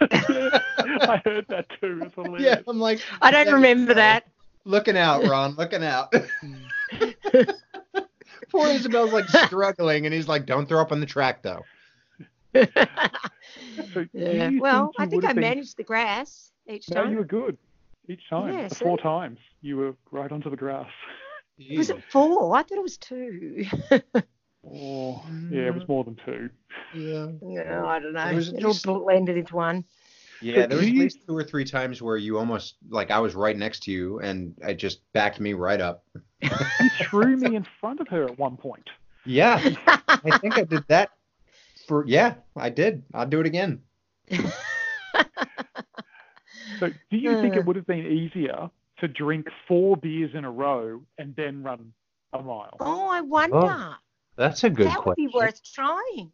Speaker 2: I heard that too. It's
Speaker 4: yeah,
Speaker 2: hilarious.
Speaker 4: I'm like,
Speaker 3: I don't
Speaker 4: Yeah,
Speaker 3: remember
Speaker 4: sorry.
Speaker 3: that.
Speaker 4: "Looking out, Ron, looking out." Poor Isabel's like struggling, and he's like, "Don't throw up on the track, though."
Speaker 2: So do
Speaker 3: yeah.
Speaker 2: you
Speaker 3: Well,
Speaker 2: you
Speaker 3: I think
Speaker 2: would've
Speaker 3: I
Speaker 2: been-
Speaker 3: managed the grass each
Speaker 2: No,
Speaker 3: time.
Speaker 2: you were good each time.
Speaker 3: Yeah,
Speaker 2: The Four times you were right onto the grass.
Speaker 3: Was it four? I thought it was two.
Speaker 2: Oh, yeah,
Speaker 3: Mm.
Speaker 2: it was more than two.
Speaker 4: Yeah.
Speaker 3: No, I don't know.
Speaker 4: It
Speaker 3: It,
Speaker 4: was at
Speaker 3: all
Speaker 4: least-
Speaker 3: blended into one.
Speaker 4: Yeah, there was at
Speaker 2: You-
Speaker 4: least two or three times where you almost like I was right next to you, and it just backed me right up.
Speaker 2: You threw me in front of her at one point.
Speaker 4: Yeah, I think I did that for yeah, I did. I'll do it again.
Speaker 2: So do you think
Speaker 3: Uh.
Speaker 2: it would have been easier to drink four beers in a row and then run a mile?
Speaker 3: Oh, I wonder.
Speaker 4: That's a good
Speaker 3: that would be worth trying.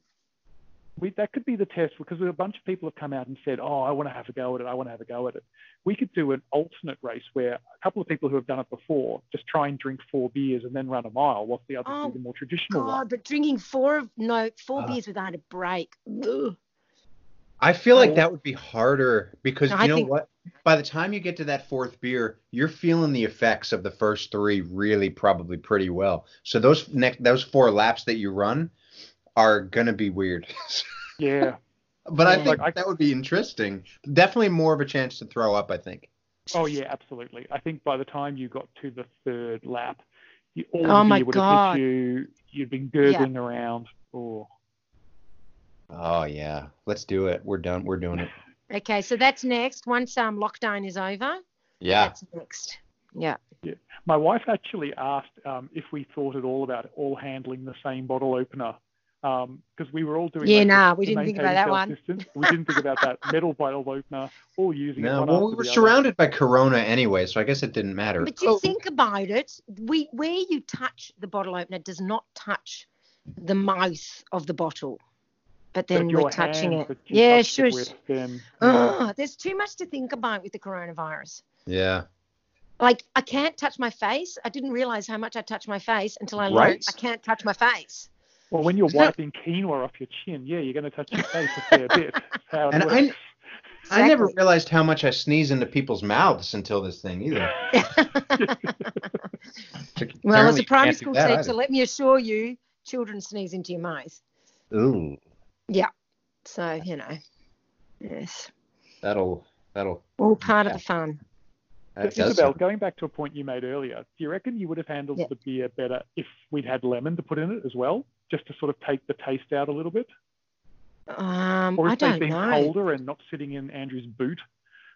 Speaker 2: we, that could be the test because a bunch of people have come out and said, "Oh, I want to have a go at it. I want to have a go at it." We could do an alternate race where a couple of people who have done it before just try and drink four beers and then run a mile, whilst the others
Speaker 3: Oh,
Speaker 2: do the more traditional one.
Speaker 3: God, but drinking four of no four
Speaker 2: Uh.
Speaker 4: Ah.
Speaker 3: beers without a break. Ugh.
Speaker 4: I feel like
Speaker 2: Oh.
Speaker 4: that would be harder because
Speaker 3: No,
Speaker 4: you
Speaker 3: I
Speaker 4: know
Speaker 3: think-
Speaker 4: what? By the time you get to that fourth beer, you're feeling the effects of the first three really probably pretty well. So those next those four laps that you run are gonna be weird.
Speaker 2: Yeah.
Speaker 4: but I
Speaker 3: Yeah.
Speaker 4: think
Speaker 2: Like, I-
Speaker 4: that would be interesting. Definitely more of a chance to throw up, I think.
Speaker 2: Oh yeah, absolutely. I think by the time you got to the third lap, you all
Speaker 3: Oh,
Speaker 2: the
Speaker 3: my
Speaker 2: beer would have
Speaker 3: God.
Speaker 2: hit you. You'd been gurgling around. Oh,
Speaker 4: Oh yeah. Let's do it. We're done. We're doing it.
Speaker 3: Okay, so that's next. Once um lockdown is over,
Speaker 4: Yeah.
Speaker 3: that's next. Yeah.
Speaker 2: my wife actually asked um, if we thought at all about all handling the same bottle opener because we were all doing.
Speaker 3: Yeah,
Speaker 2: like,
Speaker 3: nah, we
Speaker 2: to
Speaker 3: didn't think
Speaker 2: maintain
Speaker 3: about that one.
Speaker 2: self-distance. We didn't think about that metal bottle opener. All using it.
Speaker 4: No,
Speaker 2: one
Speaker 4: well,
Speaker 2: after
Speaker 4: we were
Speaker 2: the other.
Speaker 4: surrounded by Corona anyway, so I guess it didn't matter.
Speaker 3: But you think about it, we where you touch the bottle opener does not touch the mouth of the bottle, but
Speaker 2: But
Speaker 3: then
Speaker 2: your
Speaker 3: we're touching
Speaker 2: hands
Speaker 3: it.
Speaker 2: that you
Speaker 3: Yeah,
Speaker 2: touched it
Speaker 3: sure.
Speaker 2: with, um,
Speaker 3: Oh, there's too much to think about with the coronavirus.
Speaker 4: yeah.
Speaker 3: Like I can't touch my face. I didn't realize how much I touched my face until I learned
Speaker 4: Right.
Speaker 3: I can't touch my face.
Speaker 2: Well, when you're
Speaker 4: Isn't that-
Speaker 2: wiping quinoa off your chin, yeah, you're going to touch your face a fair bit. That's how it
Speaker 4: And I-
Speaker 2: works.
Speaker 4: I never realized how much I sneeze into people's mouths until this thing either.
Speaker 3: well, as
Speaker 4: Apparently
Speaker 3: a
Speaker 4: you
Speaker 3: primary
Speaker 4: can't do
Speaker 3: school
Speaker 4: that
Speaker 3: teacher, let me assure you, children sneeze into your mouth.
Speaker 4: either. Ooh,
Speaker 3: So you know, yes,
Speaker 4: that'll that'll.
Speaker 3: all part of the fun.
Speaker 4: That does
Speaker 2: Isabel,
Speaker 4: sound-
Speaker 2: going back to a point you made earlier, do you reckon you would have handled
Speaker 3: Yeah.
Speaker 2: the beer better if we'd had lemon to put in it as well, just to sort of take the taste out a little bit?
Speaker 3: Um,
Speaker 2: Or
Speaker 3: I
Speaker 2: if they'd
Speaker 3: don't
Speaker 2: been
Speaker 3: know.
Speaker 2: colder and not sitting in Andrew's boot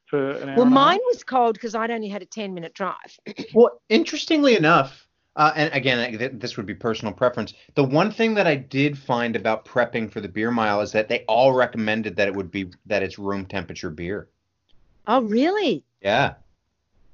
Speaker 2: for an hour?
Speaker 3: Well,
Speaker 2: and a half?
Speaker 3: mine was cold because I'd only had a 10 minute drive.
Speaker 4: Well, interestingly enough, uh, and again, I- th- this would be personal preference. The one thing that I did find about prepping for the beer mile is that they all recommended that it would be that it's room temperature beer.
Speaker 3: Oh, really?
Speaker 4: Yeah,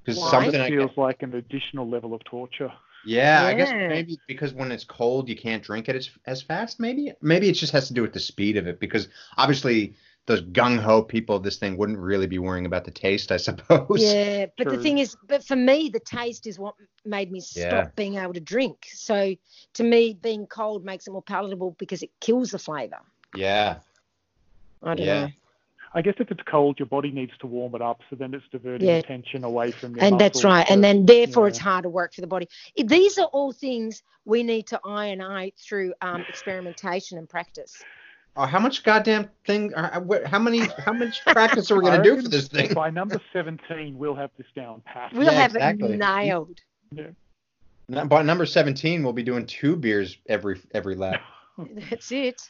Speaker 4: because
Speaker 3: Why?
Speaker 4: something.
Speaker 2: It
Speaker 4: I
Speaker 2: feels like an additional level of torture.
Speaker 4: yeah, I guess
Speaker 3: Yeah.
Speaker 4: maybe because when it's cold, you can't drink it as, as fast. Maybe maybe it just has to do with the speed of it. Because obviously, those gung ho people of this thing wouldn't really be worrying about the taste, I suppose.
Speaker 3: Yeah, but the
Speaker 2: True.
Speaker 3: thing is, but for me, the taste is what made me stop
Speaker 4: Yeah.
Speaker 3: being able to drink. So to me, being cold makes it more palatable because it kills the flavour.
Speaker 4: Yeah.
Speaker 3: I don't
Speaker 4: Yeah.
Speaker 3: know.
Speaker 2: I guess if it's cold, your body needs to warm it up, so then it's diverting
Speaker 3: Yeah.
Speaker 2: attention away from your
Speaker 3: And that's
Speaker 2: muscles
Speaker 3: right.
Speaker 2: to-
Speaker 3: And then therefore,
Speaker 2: uh, yeah.
Speaker 3: it's harder work for the body. It- These are all things we need to iron out through um, experimentation and practice.
Speaker 4: Oh, how much goddamn thing? Are, wh- how many? How much practice are we gonna
Speaker 2: I
Speaker 4: do
Speaker 2: reckon
Speaker 4: for this thing?
Speaker 2: By number 17, we'll have this down pat.
Speaker 3: We'll
Speaker 4: Yeah,
Speaker 3: have
Speaker 4: exactly.
Speaker 3: it nailed.
Speaker 4: N- By number seventeen, we'll be doing two beers every every lap.
Speaker 3: That's it.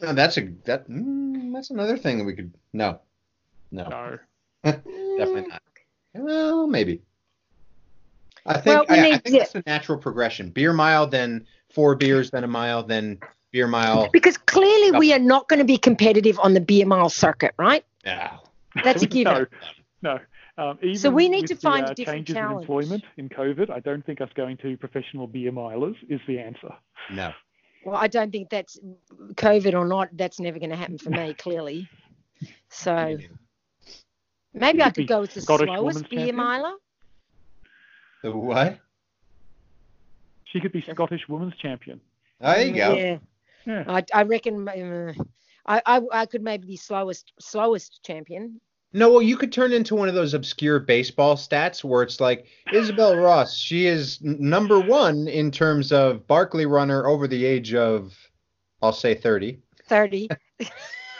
Speaker 4: Uh, that's a that. Mm, that's another thing that we could. No, no,
Speaker 2: No.
Speaker 4: definitely not. Eh, Well, maybe. I think
Speaker 3: Well, we
Speaker 4: I, I
Speaker 3: need-
Speaker 4: think
Speaker 3: yeah.
Speaker 4: that's the natural progression: beer mile, then four beers, then a mile, then beer mile.
Speaker 3: Because clearly, we are not going to be competitive on the beer mile circuit, right?
Speaker 4: No.
Speaker 3: That's a given.
Speaker 2: No, no. Um, even
Speaker 3: we need
Speaker 2: with
Speaker 3: to
Speaker 2: the,
Speaker 3: find a
Speaker 2: uh,
Speaker 3: different
Speaker 2: changes
Speaker 3: challenge.
Speaker 2: in employment in COVID. I don't think us going to professional beer milers is the answer.
Speaker 4: No.
Speaker 3: Well, I don't think that's COVID or not. That's never going to happen for me, clearly. So maybe I could go with the
Speaker 2: Scottish
Speaker 3: slowest
Speaker 2: women's
Speaker 3: beer
Speaker 2: champion?
Speaker 3: miler.
Speaker 4: The what?
Speaker 2: She could be Scottish women's champion.
Speaker 4: Oh, there you go.
Speaker 3: Yeah,
Speaker 2: Yeah.
Speaker 3: I, I reckon. um, I, I I could maybe be slowest slowest champion.
Speaker 4: No, well, you could turn into one of those obscure baseball stats where it's like Isabel Ross, she is n- number one in terms of Barkley runner over the age of, I'll say 30.
Speaker 3: Thirty.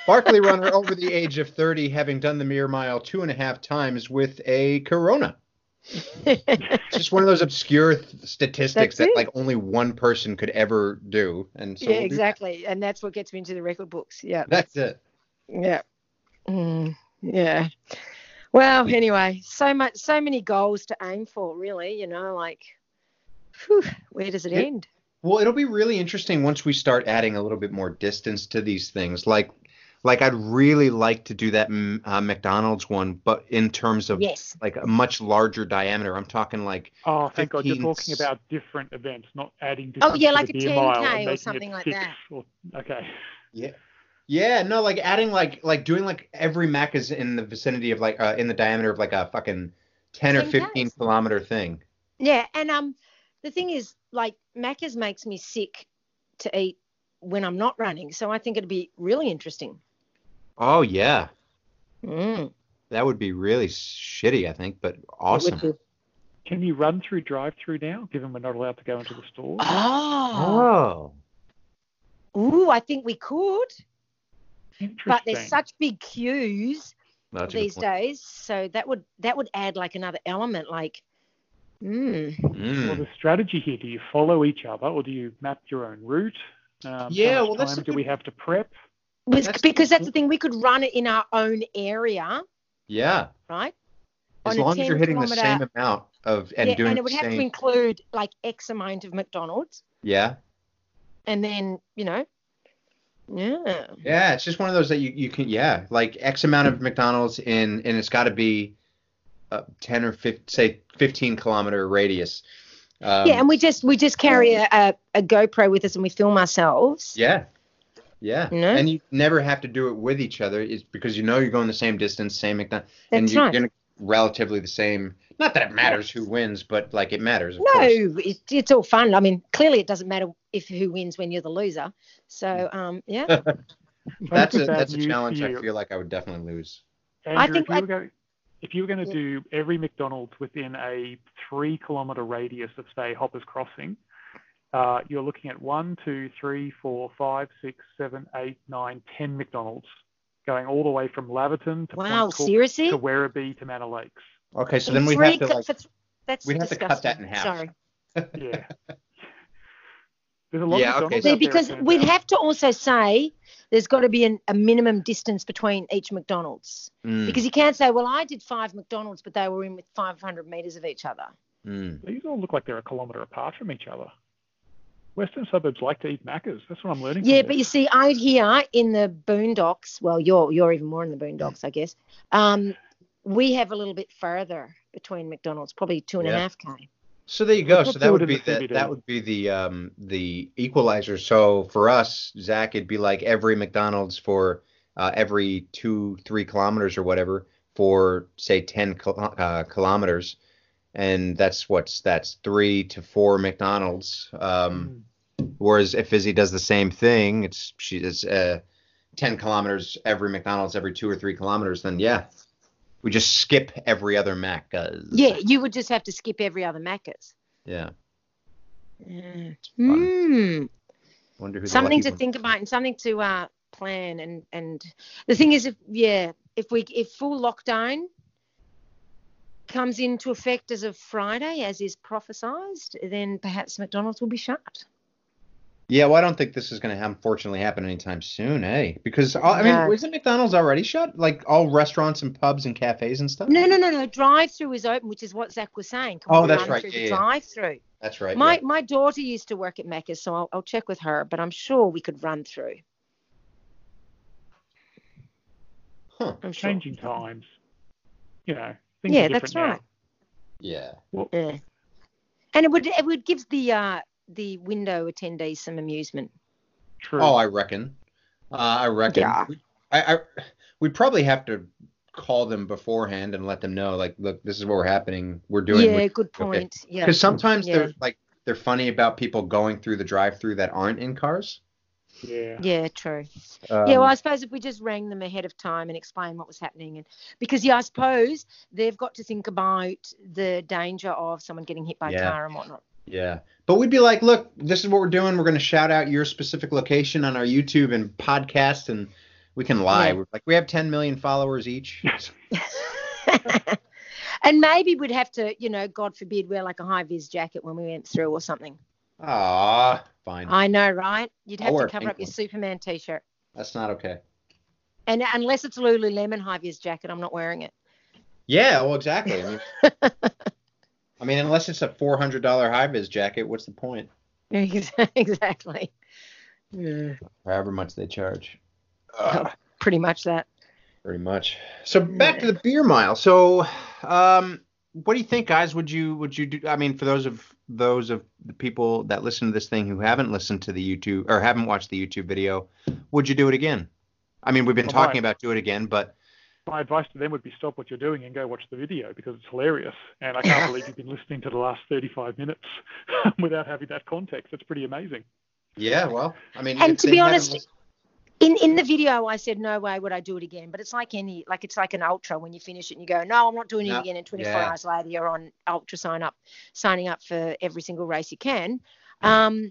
Speaker 4: Barkley runner over the age of 30, having done the mere mile two and a half times with a Corona. It's just one of those obscure th- statistics that
Speaker 3: That's it.
Speaker 4: like only one person could ever do, and so
Speaker 3: yeah,
Speaker 4: we'll do that.
Speaker 3: exactly. And that's what gets me into the record books. Yeah,
Speaker 4: That's it.
Speaker 3: yeah, mm, yeah. Well, anyway, so much, so many goals to aim for. Really, you know, like, whew, where does it
Speaker 4: Yeah.
Speaker 3: end?
Speaker 4: Well, it'll be really interesting once we start adding a little bit more distance to these things. Like, like I'd really like to do that mm, uh, McDonald's one, but in terms of
Speaker 3: Yes.
Speaker 4: like a much larger diameter. I'm talking like
Speaker 2: Oh, thank God, you're
Speaker 4: 15
Speaker 2: talking about different events, not adding.
Speaker 3: Oh,
Speaker 2: different
Speaker 3: yeah,
Speaker 2: to
Speaker 3: like
Speaker 2: the
Speaker 3: a
Speaker 2: beer mile
Speaker 3: 10K
Speaker 2: and
Speaker 3: or
Speaker 2: making it
Speaker 3: something like
Speaker 2: six
Speaker 3: that.
Speaker 2: or- okay.
Speaker 4: yeah, no, like adding like like doing like every Mac is in the vicinity of like uh, in the diameter of like a fucking ten or
Speaker 3: 10
Speaker 4: fifteen
Speaker 3: Ks.
Speaker 4: kilometer thing.
Speaker 3: Yeah, and um, the thing is, like Macca's makes me sick to eat when I'm not running, so I think it'd be really interesting.
Speaker 4: Oh yeah,
Speaker 3: Mm,
Speaker 4: that would be really shitty, I think, but awesome.
Speaker 2: Can you run through drive-through now, given we're not allowed to go into the store?
Speaker 3: Uh, Oh.
Speaker 4: Oh,
Speaker 3: Ooh, I think we could,
Speaker 2: Interesting.
Speaker 3: but there's such big queues
Speaker 4: that's a good
Speaker 3: these
Speaker 4: point.
Speaker 3: days, so that would that would add like another element, like. Mm.
Speaker 4: Mm.
Speaker 2: Well, the strategy here: do you follow each other, or do you map your own route? Um,
Speaker 4: Yeah,
Speaker 2: how much
Speaker 4: well,
Speaker 2: time
Speaker 4: that's a
Speaker 2: do
Speaker 4: good-
Speaker 2: we have to prep?
Speaker 3: Was,
Speaker 4: That's-
Speaker 3: because that's the thing, we could run it in our own area,
Speaker 4: Yeah.
Speaker 3: right?
Speaker 4: as
Speaker 3: on a
Speaker 4: long as you're hitting the
Speaker 3: 10
Speaker 4: same
Speaker 3: kilometer-
Speaker 4: amount of and
Speaker 3: yeah,
Speaker 4: doing
Speaker 3: and it would
Speaker 4: the
Speaker 3: have
Speaker 4: same,
Speaker 3: to include like X amount of McDonald's.
Speaker 4: yeah
Speaker 3: and then you know yeah
Speaker 4: yeah it's just one of those that you, you can yeah like x amount of mcdonald's in and it's got to be uh, 10 or 15 say 15 kilometer radius um,
Speaker 3: yeah and we just we just carry a, a, a gopro with us and we film ourselves
Speaker 4: yeah yeah
Speaker 3: You know?
Speaker 4: and you never have to do it with each other it's because you know you're going the same distance same mcdonald's and
Speaker 3: that's
Speaker 4: you're
Speaker 3: right
Speaker 4: gonna relatively the same not that it matters who wins but like it matters of
Speaker 3: no
Speaker 4: course.
Speaker 3: it, it's all fun i mean clearly it doesn't matter if who wins when you're the loser so um yeah
Speaker 2: That's
Speaker 4: that's a
Speaker 2: bad
Speaker 4: that's a
Speaker 2: news for
Speaker 4: challenge i
Speaker 2: you.
Speaker 4: feel like i would definitely lose
Speaker 2: Andrew,
Speaker 3: I think
Speaker 2: if you
Speaker 3: I-
Speaker 2: were going, if you were going to
Speaker 3: Yeah.
Speaker 2: do every McDonald's within a three kilometre radius of, say, Hoppers Crossing, uh, you're looking at one, two, three, four, five, six, seven, eight, nine, ten McDonald's going all the way from Laverton to
Speaker 3: Wow,
Speaker 2: Point Cook
Speaker 3: seriously?
Speaker 2: to Werribee to Manor Lakes.
Speaker 4: Okay, so then
Speaker 3: It's
Speaker 4: we
Speaker 3: really
Speaker 4: have to
Speaker 3: cut-
Speaker 4: like.
Speaker 3: that's- that's
Speaker 4: we'd have to cut
Speaker 3: disgusting.
Speaker 4: that in half.
Speaker 3: Sorry.
Speaker 2: Yeah. There's a lot
Speaker 4: Yeah, okay,
Speaker 2: of McDonald's out
Speaker 4: so-
Speaker 3: See,
Speaker 2: there, it
Speaker 3: because
Speaker 2: turns
Speaker 3: we'd
Speaker 2: out.
Speaker 3: have to also say there's got to be an, a minimum distance between each McDonald's
Speaker 4: Mm,
Speaker 3: because you can't say, well, I did five McDonald's, but they were in with 500 meters of each other.
Speaker 4: mm.
Speaker 2: These all look like they're a kilometre apart from each other. Western suburbs like to eat Maccas. That's what I'm learning.
Speaker 3: Yeah,
Speaker 2: from
Speaker 3: but
Speaker 2: this.
Speaker 3: you see, I here in the boondocks. Well, you're you're even more in the boondocks, I guess. Um, we have a little bit further between McDonald's, probably two and a
Speaker 4: Yeah.
Speaker 3: half k.
Speaker 4: So there you go.
Speaker 2: Let's
Speaker 4: So
Speaker 2: not
Speaker 4: that
Speaker 2: do it
Speaker 4: would
Speaker 2: in
Speaker 4: be
Speaker 2: the
Speaker 4: the,
Speaker 2: CBD.
Speaker 4: that would be the um the equalizer. So for us, Zach, it'd be like every McDonald's for uh, every two three kilometers or whatever for say ten kil- uh, kilometers, and that's what's that's three to four McDonald's. Um, whereas if Izzy does the same thing, it's she is uh, ten kilometers every McDonald's every two or three kilometers. Then yeah, we just skip every other Mac.
Speaker 3: Yeah, you would just have to skip every other Macca's.
Speaker 4: Yeah.
Speaker 3: Mm.
Speaker 4: fun.
Speaker 3: Mm.
Speaker 4: Wonder who the
Speaker 3: Something
Speaker 4: lucky
Speaker 3: to
Speaker 4: one-
Speaker 3: think about and something to uh, plan. And and the thing is, if yeah, if we if full lockdown comes into effect as of Friday, as is prophesized, then perhaps McDonald's will be shut.
Speaker 4: Yeah, well, I don't think this is going to unfortunately happen anytime soon, eh? Because all, I mean,
Speaker 3: No.
Speaker 4: isn't McDonald's already shut? Like all restaurants and pubs and cafes and stuff.
Speaker 3: No, no, no, no. Drive through is open, which is what Zach was saying. Can
Speaker 4: Oh,
Speaker 3: we
Speaker 4: that's
Speaker 3: run
Speaker 4: right.
Speaker 3: through
Speaker 4: Yeah,
Speaker 3: the
Speaker 4: yeah.
Speaker 3: drive through.
Speaker 4: That's right.
Speaker 3: My
Speaker 4: yeah.
Speaker 3: my daughter used to work at Macca's, so I'll, I'll check with her. But I'm sure we could run through.
Speaker 4: Huh.
Speaker 3: I'm sure.
Speaker 2: changing times. You know, things
Speaker 3: Yeah,
Speaker 2: are different
Speaker 3: that's
Speaker 2: now.
Speaker 3: right.
Speaker 4: Yeah.
Speaker 3: Yeah. And it would it would give the uh the window attendees some amusement.
Speaker 2: True.
Speaker 4: Oh, I reckon. Uh, I reckon.
Speaker 3: Yeah.
Speaker 4: We- I, I we probably have to call them beforehand and let them know, like, look, this is what we're happening. We're doing.
Speaker 3: yeah, good point. Yeah.
Speaker 4: Because sometimes
Speaker 3: Yeah.
Speaker 4: they're like they're funny about people going through the drive-through that aren't in cars.
Speaker 2: yeah.
Speaker 3: Yeah, true.
Speaker 4: Um,
Speaker 3: yeah, well, I suppose if we just rang them ahead of time and explained what was happening, and because yeah, I suppose they've got to think about the danger of someone getting hit by
Speaker 4: Yeah.
Speaker 3: a car and whatnot.
Speaker 4: Yeah. But we'd be like, look, this is what we're doing. We're going to shout out your specific location on our YouTube and podcast, and we can lie.
Speaker 3: Yeah.
Speaker 4: We're like, we have 10 million followers each.
Speaker 3: and maybe we'd have to, you know, God forbid, wear like a high vis jacket when we went through or something.
Speaker 4: Ah, fine.
Speaker 3: I know, right? You'd
Speaker 4: I'll
Speaker 3: have
Speaker 4: wear
Speaker 3: to
Speaker 4: a
Speaker 3: cover
Speaker 4: pink
Speaker 3: up your
Speaker 4: one.
Speaker 3: Superman t-shirt.
Speaker 4: That's not okay.
Speaker 3: And unless it's a Lululemon high vis jacket, I'm not wearing it.
Speaker 4: Yeah, well, exactly. I mean, I mean unless it's a $400 high vis jacket, what's the point?
Speaker 3: exactly. Yeah,
Speaker 4: However much they charge. Uh,
Speaker 3: pretty much that.
Speaker 4: Pretty much. So back to the beer mile. So, um, what do you think, guys? Would you would you do? I mean, for those of those of the people that listen to this thing who haven't listened to the YouTube or haven't watched the YouTube video, would you do it again? I mean, we've been
Speaker 2: Well,
Speaker 4: talking
Speaker 2: my-
Speaker 4: about do it again, but
Speaker 2: My advice to them would be stop what you're doing and go watch the video because it's hilarious. And I can't believe you've been listening to the last 35 minutes without having that context. It's pretty amazing.
Speaker 4: yeah, well, I mean,
Speaker 3: And
Speaker 4: if
Speaker 3: to
Speaker 4: they
Speaker 3: be
Speaker 4: haven't
Speaker 3: honest,
Speaker 4: listened-
Speaker 3: In in the video, I said no way would I do it again. But it's like any, like it's like an ultra when you finish it and you go, no, I'm not doing
Speaker 4: No,
Speaker 3: it again. And 24
Speaker 4: yeah.
Speaker 3: hours later, you're on ultra sign up, signing up for every single race you can. Um,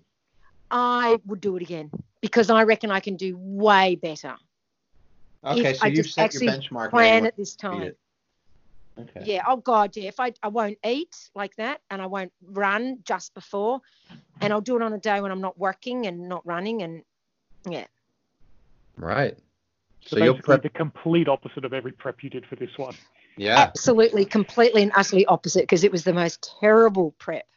Speaker 3: I would do it again because I reckon I can do way better.
Speaker 4: okay,
Speaker 3: if
Speaker 4: so
Speaker 3: I
Speaker 4: you've
Speaker 3: just
Speaker 4: set your
Speaker 3: actually
Speaker 4: benchmark. now you
Speaker 3: Plan
Speaker 4: want
Speaker 3: at this
Speaker 4: to beat
Speaker 3: time.
Speaker 4: it. Okay.
Speaker 3: Yeah. Oh God. Yeah. If I I won't eat like that, and I won't run just before, and I'll do it on a day when I'm not working and not running, and
Speaker 4: Right. So,
Speaker 2: So,
Speaker 4: you'll
Speaker 2: basically,
Speaker 4: prep.
Speaker 2: the complete opposite of every prep you did for this one.
Speaker 4: Yeah.
Speaker 3: absolutely, completely, and utterly opposite because it was the most terrible prep.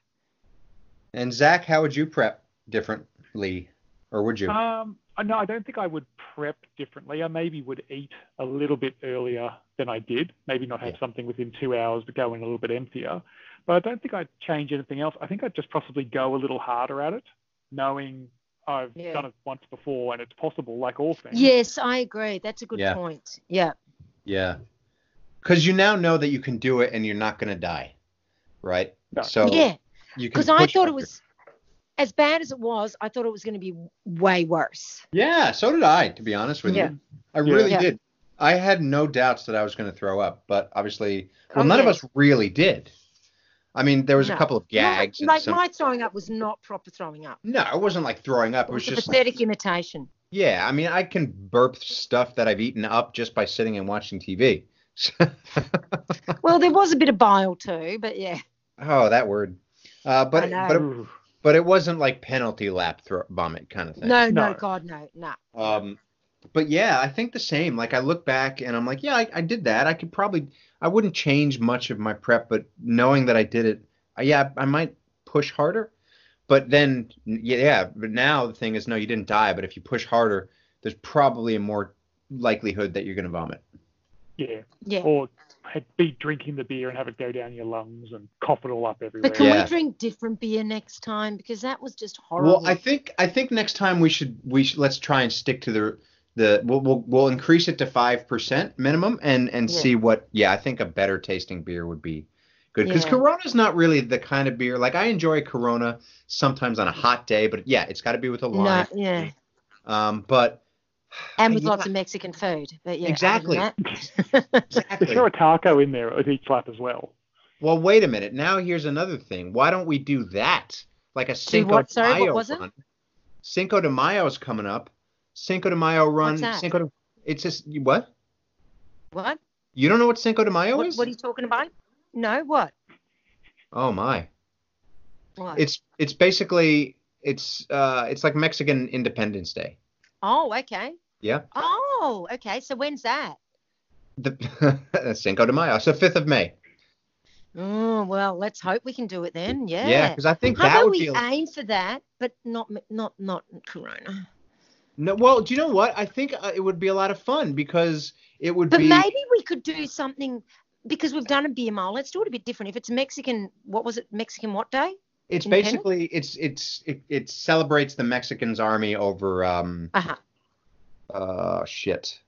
Speaker 4: And Zach, how would you prep differently, or would you?
Speaker 2: Um, I- no, I don't think I would prep differently. I maybe would eat a little bit earlier than I did. Maybe not have
Speaker 4: Yeah.
Speaker 2: something within two hours, but go in a little bit emptier. But I don't think I'd change anything else. I think I'd just possibly go a little harder at it, knowing I've
Speaker 3: Yeah.
Speaker 2: done it once before and it's possible, like all things.
Speaker 3: Yes, I agree. That's a good
Speaker 4: Yeah.
Speaker 3: point. Yeah.
Speaker 4: Yeah. Because you now know that you can do it and you're not going to die. Right?
Speaker 2: No.
Speaker 4: So
Speaker 3: yeah.
Speaker 4: you can
Speaker 3: Because I
Speaker 4: push
Speaker 3: thought
Speaker 4: harder.
Speaker 3: it was as bad as it was. I thought it was going to be way worse.
Speaker 4: Yeah, so did I, to be honest with
Speaker 3: Yeah.
Speaker 4: you. I really
Speaker 3: Yeah.
Speaker 4: did. I had no doubts that I was going to throw up, but obviously, well,
Speaker 3: Oh,
Speaker 4: none of
Speaker 3: yeah.
Speaker 4: us really did. I mean, there was a
Speaker 3: No.
Speaker 4: couple of gags.
Speaker 3: My,
Speaker 4: and
Speaker 3: like
Speaker 4: some,
Speaker 3: my throwing up was not proper throwing up.
Speaker 4: no, it wasn't like throwing up. It
Speaker 3: It
Speaker 4: was
Speaker 3: was, a
Speaker 4: just like,
Speaker 3: pathetic imitation.
Speaker 4: yeah. I mean, I can burp stuff that I've eaten up just by sitting and watching TV.
Speaker 3: Well, there was a bit of bile too, but yeah.
Speaker 4: oh, that word. Uh, but
Speaker 3: I know.
Speaker 4: but it, but it wasn't like penalty lap throw, vomit kind of thing.
Speaker 3: No, no,
Speaker 2: No.
Speaker 3: God, no, no.
Speaker 4: Um, but yeah, I think the same. Like I look back and I'm like, yeah, I, I did that. I could probably, I wouldn't change much of my prep, but knowing that I did it, I, yeah, I might push harder. But then, yeah, yeah, but now the thing is, no, you didn't die. But if you push harder, there's probably a more likelihood that you're going to vomit.
Speaker 2: Yeah.
Speaker 3: Yeah.
Speaker 2: Or had- be drinking the beer and have it go down your lungs and cough it all up everywhere.
Speaker 3: But can
Speaker 4: Yeah.
Speaker 3: we drink different beer next time? Because that was just horrible.
Speaker 4: Well, I think I think next time we should we should let's try and stick to the the we'll we'll, we'll increase it to five percent minimum and and
Speaker 3: Yeah.
Speaker 4: see what yeah I think a better tasting beer would be good because
Speaker 3: Yeah.
Speaker 4: Corona's not really the kind of beer like I enjoy Corona sometimes on a hot day but yeah it's got to be with a
Speaker 3: no,
Speaker 4: lime
Speaker 3: yeah,
Speaker 4: um but
Speaker 3: and with
Speaker 4: Yeah.
Speaker 3: lots of Mexican food. But yeah, other than
Speaker 4: Exactly.
Speaker 3: that-
Speaker 2: Just throw a
Speaker 4: exactly
Speaker 2: taco in there at each lap as well.
Speaker 4: well wait a minute now here's another thing why don't we do that like a Cinco
Speaker 3: what?
Speaker 4: de
Speaker 3: Sorry, what
Speaker 4: Mayo
Speaker 3: was it?
Speaker 4: run Cinco de Mayo is coming up Cinco de Mayo run
Speaker 3: that?
Speaker 4: Cinco de it's just what
Speaker 3: what?
Speaker 4: You don't know what Cinco de Mayo
Speaker 3: what?
Speaker 4: is?
Speaker 3: What are you talking about? No, what?
Speaker 4: oh my!
Speaker 3: What?
Speaker 4: It's it's basically it's uh it's like Mexican Independence Day.
Speaker 3: oh, okay.
Speaker 4: Yeah,
Speaker 3: Oh, okay. So when's that?
Speaker 4: the Cinco de Mayo. So fifth of May.
Speaker 3: Oh, well, let's hope we can do it then. Yeah.
Speaker 4: Yeah, because I think
Speaker 3: How
Speaker 4: that
Speaker 3: about
Speaker 4: would
Speaker 3: we
Speaker 4: be. A,
Speaker 3: aim for that, but not not not Corona.
Speaker 4: no, well, do you know what? I think uh, it would be a lot of fun because it would
Speaker 3: But
Speaker 4: be.
Speaker 3: maybe we could do something because we've done a beer mile. Let's do it a bit different. If it's Mexican, what was it? Mexican what day?
Speaker 4: it's
Speaker 3: independent?
Speaker 4: basically it's it's it, it celebrates the Mexicans army over um
Speaker 3: Uh huh.
Speaker 4: uh shit.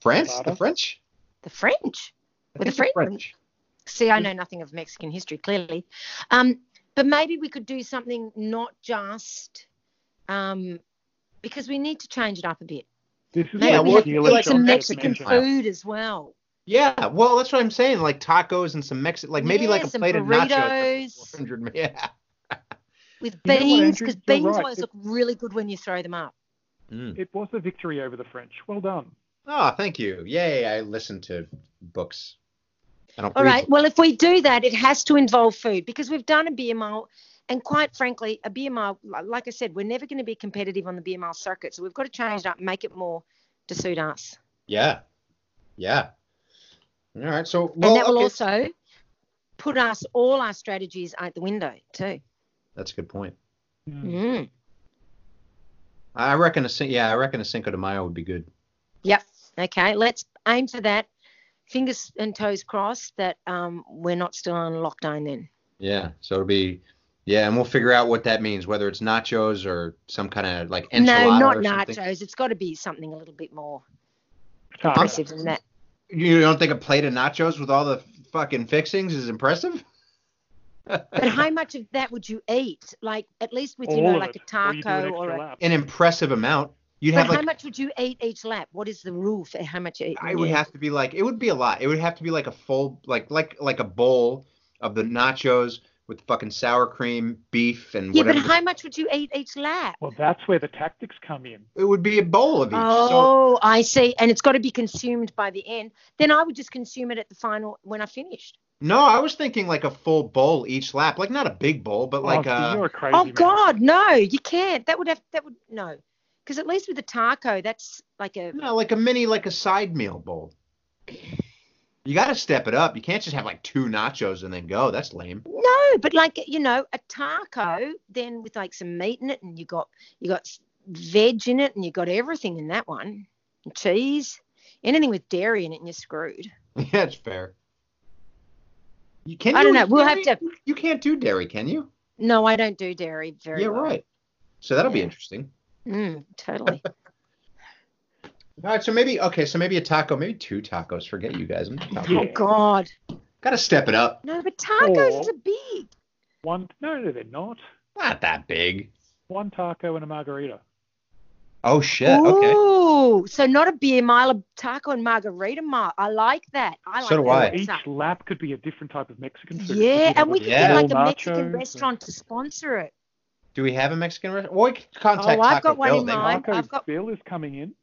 Speaker 4: France, the
Speaker 2: Nevada?
Speaker 4: French.
Speaker 3: The French.
Speaker 4: I
Speaker 3: With the
Speaker 4: think it's
Speaker 3: French? See, I know nothing of Mexican history clearly, um, but maybe we could do something not just um, because we need to change it up a bit.
Speaker 2: This is
Speaker 3: Maybe
Speaker 4: Yeah,
Speaker 2: what
Speaker 3: we
Speaker 4: well,
Speaker 3: have
Speaker 4: it's
Speaker 2: the
Speaker 3: to
Speaker 2: electron
Speaker 4: like the
Speaker 3: eat some
Speaker 2: gets
Speaker 3: Mexican
Speaker 2: mentioned.
Speaker 3: food as well.
Speaker 4: Yeah, well, that's what I'm saying. Like tacos and some Mexican, like maybe
Speaker 3: Yeah,
Speaker 4: like a
Speaker 3: some
Speaker 4: plate of nachos.
Speaker 3: burritos.
Speaker 4: for 400 Yeah.
Speaker 3: with
Speaker 2: You know what,
Speaker 3: beans
Speaker 2: Andrew?
Speaker 3: because
Speaker 2: You're
Speaker 3: beans
Speaker 2: right.
Speaker 3: always look really good when you throw them up.
Speaker 2: It was a victory over the French. Well done.
Speaker 4: Oh, thank you. Yay, I listen to books. I don't
Speaker 3: All
Speaker 4: read
Speaker 3: right. Well, if we do that, it has to involve food because we've done a beer mile, and quite frankly, a beer mile, li- like I said, we're never going to be competitive on the beer mile circuit, so we've got to change it up, and make it more to suit us,
Speaker 4: Yeah. Yeah. All right. So, well,
Speaker 3: and that will
Speaker 4: okay.
Speaker 3: also put us all our strategies out the window too.
Speaker 4: That's a good point.
Speaker 2: Hmm.
Speaker 3: Mm.
Speaker 4: I I reckon a Cin- yeah, I reckon a Cinco de Mayo would be good.
Speaker 3: Yep. Okay. Let's aim for that. Fingers and toes crossed that um, we're not still on lockdown then.
Speaker 4: Yeah. So it'll be yeah, and we'll figure out what that means, whether it's nachos or some kind of like enchilada
Speaker 3: no, not
Speaker 4: or something.
Speaker 3: nachos. It's got to be something a little bit more
Speaker 2: Taco.
Speaker 3: impressive than that.
Speaker 4: You don't think a plate of nachos with all the fucking fixings is impressive?
Speaker 3: But how much of that would you eat? Like at least with you
Speaker 2: All
Speaker 3: know
Speaker 2: of
Speaker 3: like a
Speaker 2: it, or you do an
Speaker 3: taco or
Speaker 2: extra
Speaker 3: a.
Speaker 2: lap.
Speaker 4: An impressive amount. You'd
Speaker 3: But
Speaker 4: have
Speaker 3: how
Speaker 4: like
Speaker 3: much would you eat each lap? What is the rule for how much you eat?
Speaker 4: I would have to be like it would be a lot. It would have to be like a full like like like a bowl of the nachos with fucking sour cream, beef, and
Speaker 3: Yeah, but
Speaker 4: whatever.
Speaker 3: how much would you eat each lap?
Speaker 2: Well, that's where the tactics come in.
Speaker 4: it would be a bowl of each. So
Speaker 3: Oh, I see. And it's got to be consumed by the end. Then I would just consume it at the final when I finished.
Speaker 4: no, I was thinking like a full bowl each lap, like not a big bowl, but like
Speaker 2: oh,
Speaker 4: uh,
Speaker 2: you're a crazy
Speaker 3: Oh
Speaker 2: man.
Speaker 3: God, no, you can't. That would have that would no, because at least with a taco, that's like a
Speaker 4: no, like a mini like a side meal bowl. You got to step it up. You can't just have like two nachos and then go. That's lame.
Speaker 3: No, but like you know, a taco then with like some meat in it, and you got you got s- veg in it, and you got everything in that one, and cheese, anything with dairy in it, and you're screwed.
Speaker 4: yeah, it's fair. You can.
Speaker 3: I
Speaker 4: you
Speaker 3: don't know.
Speaker 4: eat
Speaker 3: We'll have
Speaker 4: dairy?
Speaker 3: to.
Speaker 4: You can't do dairy, can you?
Speaker 3: No, I don't do dairy very.
Speaker 4: yeah,
Speaker 3: well.
Speaker 4: right. So that'll be
Speaker 3: Yeah.
Speaker 4: interesting.
Speaker 3: Mm, totally.
Speaker 4: All right, so maybe okay, so maybe a taco, maybe two tacos. Forget you guys. I'm
Speaker 2: Yeah.
Speaker 3: Oh God,
Speaker 4: Got to step it up.
Speaker 3: no, but tacos
Speaker 2: Or-
Speaker 3: are big.
Speaker 2: One, no, no, they're not.
Speaker 4: Not that big.
Speaker 2: One taco and a margarita.
Speaker 4: Oh shit. Okay.
Speaker 3: Ooh, so not a beer mile, a taco and margarita mile. I like that. I like
Speaker 4: So do
Speaker 3: that
Speaker 4: I.
Speaker 3: mix
Speaker 2: Each
Speaker 3: up.
Speaker 2: lap could be a different type of Mexican food.
Speaker 3: Yeah, and we could
Speaker 4: Yeah.
Speaker 3: get like
Speaker 2: Little
Speaker 3: a Mexican
Speaker 2: nachos and-
Speaker 3: restaurant to sponsor it.
Speaker 4: Do we have a Mexican restaurant? Or we could contact
Speaker 3: Oh, I've
Speaker 4: Taco
Speaker 3: got one
Speaker 4: Bell.
Speaker 3: in
Speaker 4: They-
Speaker 3: mind.
Speaker 2: Marco's
Speaker 3: I've got-
Speaker 2: Bill is coming in.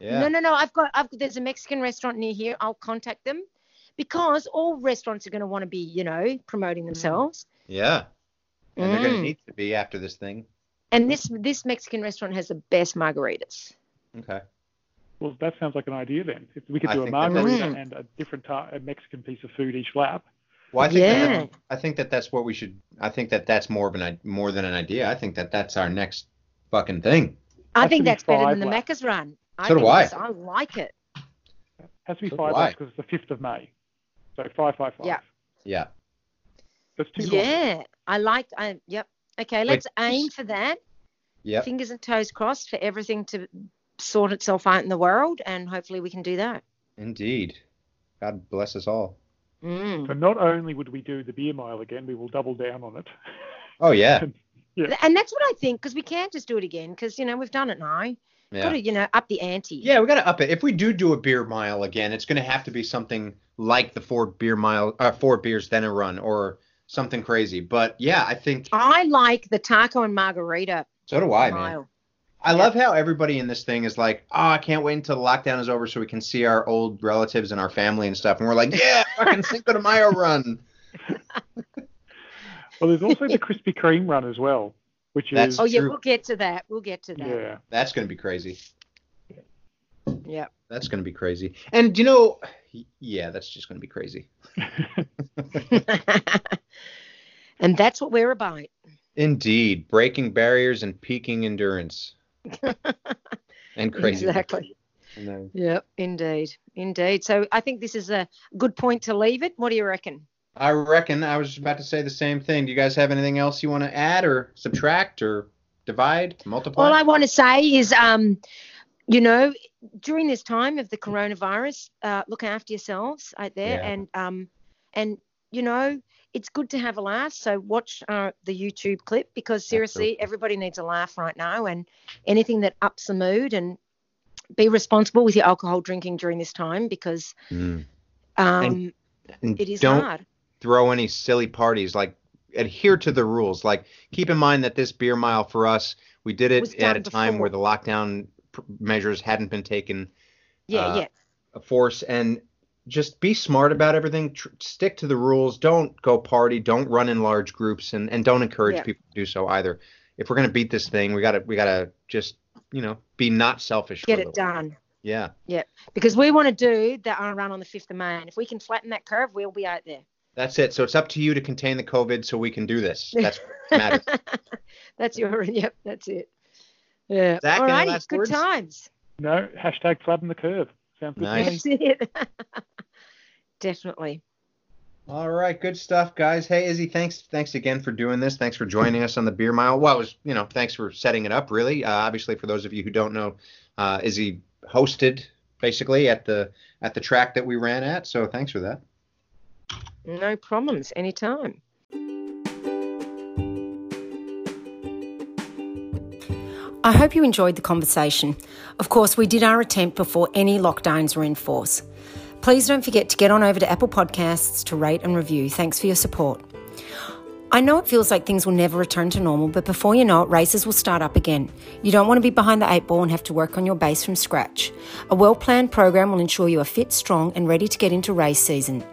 Speaker 4: Yeah.
Speaker 3: No, no, no. I've got, I've there's a Mexican restaurant near here. I'll contact them because all restaurants are going to want to be, you know, promoting themselves.
Speaker 4: Yeah. Mm. And they're going
Speaker 3: Mm.
Speaker 4: to need to be after this thing.
Speaker 3: And this this Mexican restaurant has the best margaritas.
Speaker 4: Okay.
Speaker 2: Well, that sounds like an idea then. If we could
Speaker 4: I
Speaker 2: do a
Speaker 4: think that
Speaker 3: that's-
Speaker 2: margarita and a different ta- a Mexican piece of food each lap.
Speaker 4: Well, I think
Speaker 3: Yeah.
Speaker 4: that, I think that that's what we should. I think that that's more of an i- more than an idea. I think that that's our next fucking thing.
Speaker 3: I
Speaker 2: Has to
Speaker 3: think
Speaker 2: be
Speaker 3: that's better
Speaker 2: five
Speaker 3: than the
Speaker 2: left.
Speaker 3: Macca's run. I
Speaker 4: So do
Speaker 3: think
Speaker 4: I.
Speaker 3: that's- I like it.
Speaker 2: has to be
Speaker 4: So
Speaker 2: five
Speaker 4: do I.
Speaker 2: laps because it's the fifth of May. So five, five, five.
Speaker 3: Yeah.
Speaker 4: Yeah.
Speaker 2: That's two. laps.
Speaker 3: Yeah, I like. I yep. Okay, let's aim for that.
Speaker 4: Yep.
Speaker 3: Fingers and toes crossed for everything to sort itself out in the world, and hopefully we can do that.
Speaker 4: Indeed. God bless us all.
Speaker 3: Mm.
Speaker 2: So not only would we do the beer mile again, we will double down on it.
Speaker 4: Oh yeah.
Speaker 2: Yeah.
Speaker 3: And that's what I think, because we can't just do it again, because you know we've done it now. Got
Speaker 4: Yeah.
Speaker 3: to you know up the ante.
Speaker 4: Yeah, we got to up it. If we do do a beer mile again, it's going to have to be something like the four beer mile, uh, four beers then a run, or something crazy. But yeah, I think
Speaker 3: I like the taco and margarita
Speaker 4: so do I, man.
Speaker 3: mile.
Speaker 4: I love how everybody in this thing is like, oh, I can't wait until the lockdown is over so we can see our old relatives and our family and stuff. And we're like, yeah, fucking Cinco de Mayo run.
Speaker 2: Well, there's also the Krispy Kreme run as well, which
Speaker 4: That's-
Speaker 2: is
Speaker 3: Oh yeah,
Speaker 4: True.
Speaker 3: we'll get to that. We'll get to that.
Speaker 2: yeah.
Speaker 4: That's going to be crazy.
Speaker 3: Yeah.
Speaker 4: That's going to be crazy. And, you know, yeah, that's just going to be crazy.
Speaker 3: and that's what we're about.
Speaker 4: Indeed. Breaking barriers and peaking endurance. and crazy.
Speaker 3: Exactly.
Speaker 4: And then-
Speaker 3: Yep. Indeed. Indeed. So I think this is a good point to leave it. What do you reckon?
Speaker 4: I reckon I was about to say the same thing. Do you guys have anything else you want to add or subtract or divide, multiply?
Speaker 3: All I want to say is, um, you know, during this time of the coronavirus, uh, look after yourselves out there,
Speaker 4: Yeah.
Speaker 3: and um, and you know, it's good to have a laugh. So watch uh, the YouTube clip because seriously, everybody needs a laugh right now, and anything that ups the mood and be responsible with your alcohol drinking during this time because
Speaker 4: Mm.
Speaker 3: um,
Speaker 4: And
Speaker 3: it is
Speaker 4: don't
Speaker 3: hard.
Speaker 4: throw any silly parties. Like adhere to the rules. Like keep in mind that this beer mile for us, we did
Speaker 3: Was
Speaker 4: it
Speaker 3: done
Speaker 4: at a time
Speaker 3: before.
Speaker 4: where the lockdown pr- measures hadn't been taken
Speaker 3: Yeah,
Speaker 4: uh,
Speaker 3: yeah.
Speaker 4: a force and just be smart about everything. Tr- stick to the rules. Don't go party. Don't run in large groups, and and don't encourage
Speaker 3: Yeah.
Speaker 4: people to do so either. If we're gonna beat this thing, we gotta we gotta just you know be not selfish.
Speaker 3: Get
Speaker 4: for
Speaker 3: it
Speaker 4: the-
Speaker 3: done
Speaker 4: Yeah,
Speaker 3: because we want to do that our run on the fifth of May, and if we can flatten that curve, we'll be out there.
Speaker 4: that's it. So it's up to you to contain the COVID, so we can do this. That's what matters.
Speaker 3: that's your yep, that's it. Yeah.
Speaker 4: Zach,
Speaker 3: All
Speaker 4: any
Speaker 3: righty,
Speaker 4: last
Speaker 3: good
Speaker 4: words?
Speaker 3: times.
Speaker 2: No hashtag flatten the curve. Sounds good. to
Speaker 4: Nice.
Speaker 2: me.
Speaker 3: That's it. Definitely.
Speaker 4: All right, good stuff, guys. Hey, Izzy, thanks, thanks again for doing this. Thanks for joining us on the Beer Mile. Well, it was, you know, thanks for setting it up. Really, uh, obviously, for those of you who don't know, uh, Izzy hosted basically at the at the track that we ran at. So thanks for that.
Speaker 3: No problems anytime.
Speaker 1: I hope you enjoyed the conversation. Of course, we did our attempt before any lockdowns were in force. Please don't forget to get on over to Apple Podcasts to rate and review. Thanks for your support. I know it feels like things will never return to normal, but before you know it, races will start up again. You don't want to be behind the eight ball and have to work on your base from scratch. A well planned program will ensure you are fit, strong, and ready to get into race season.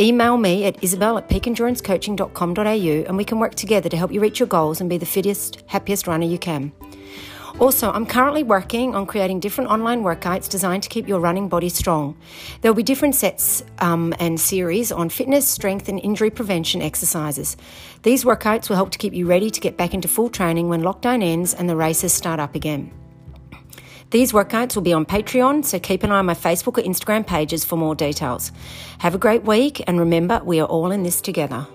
Speaker 1: Email me at isabel at peakendurancecoaching.com.au and we can work together to help you reach your goals and be the fittest, happiest runner you can. Also, I'm currently working on creating different online workouts designed to keep your running body strong. There will be different sets um, and series on fitness, strength, and injury prevention exercises. These workouts will help to keep you ready to get back into full training when lockdown ends and the races start up again. These workouts will be on Patreon, so keep an eye on my Facebook or Instagram pages for more details. Have a great week, and remember, we are all in this together.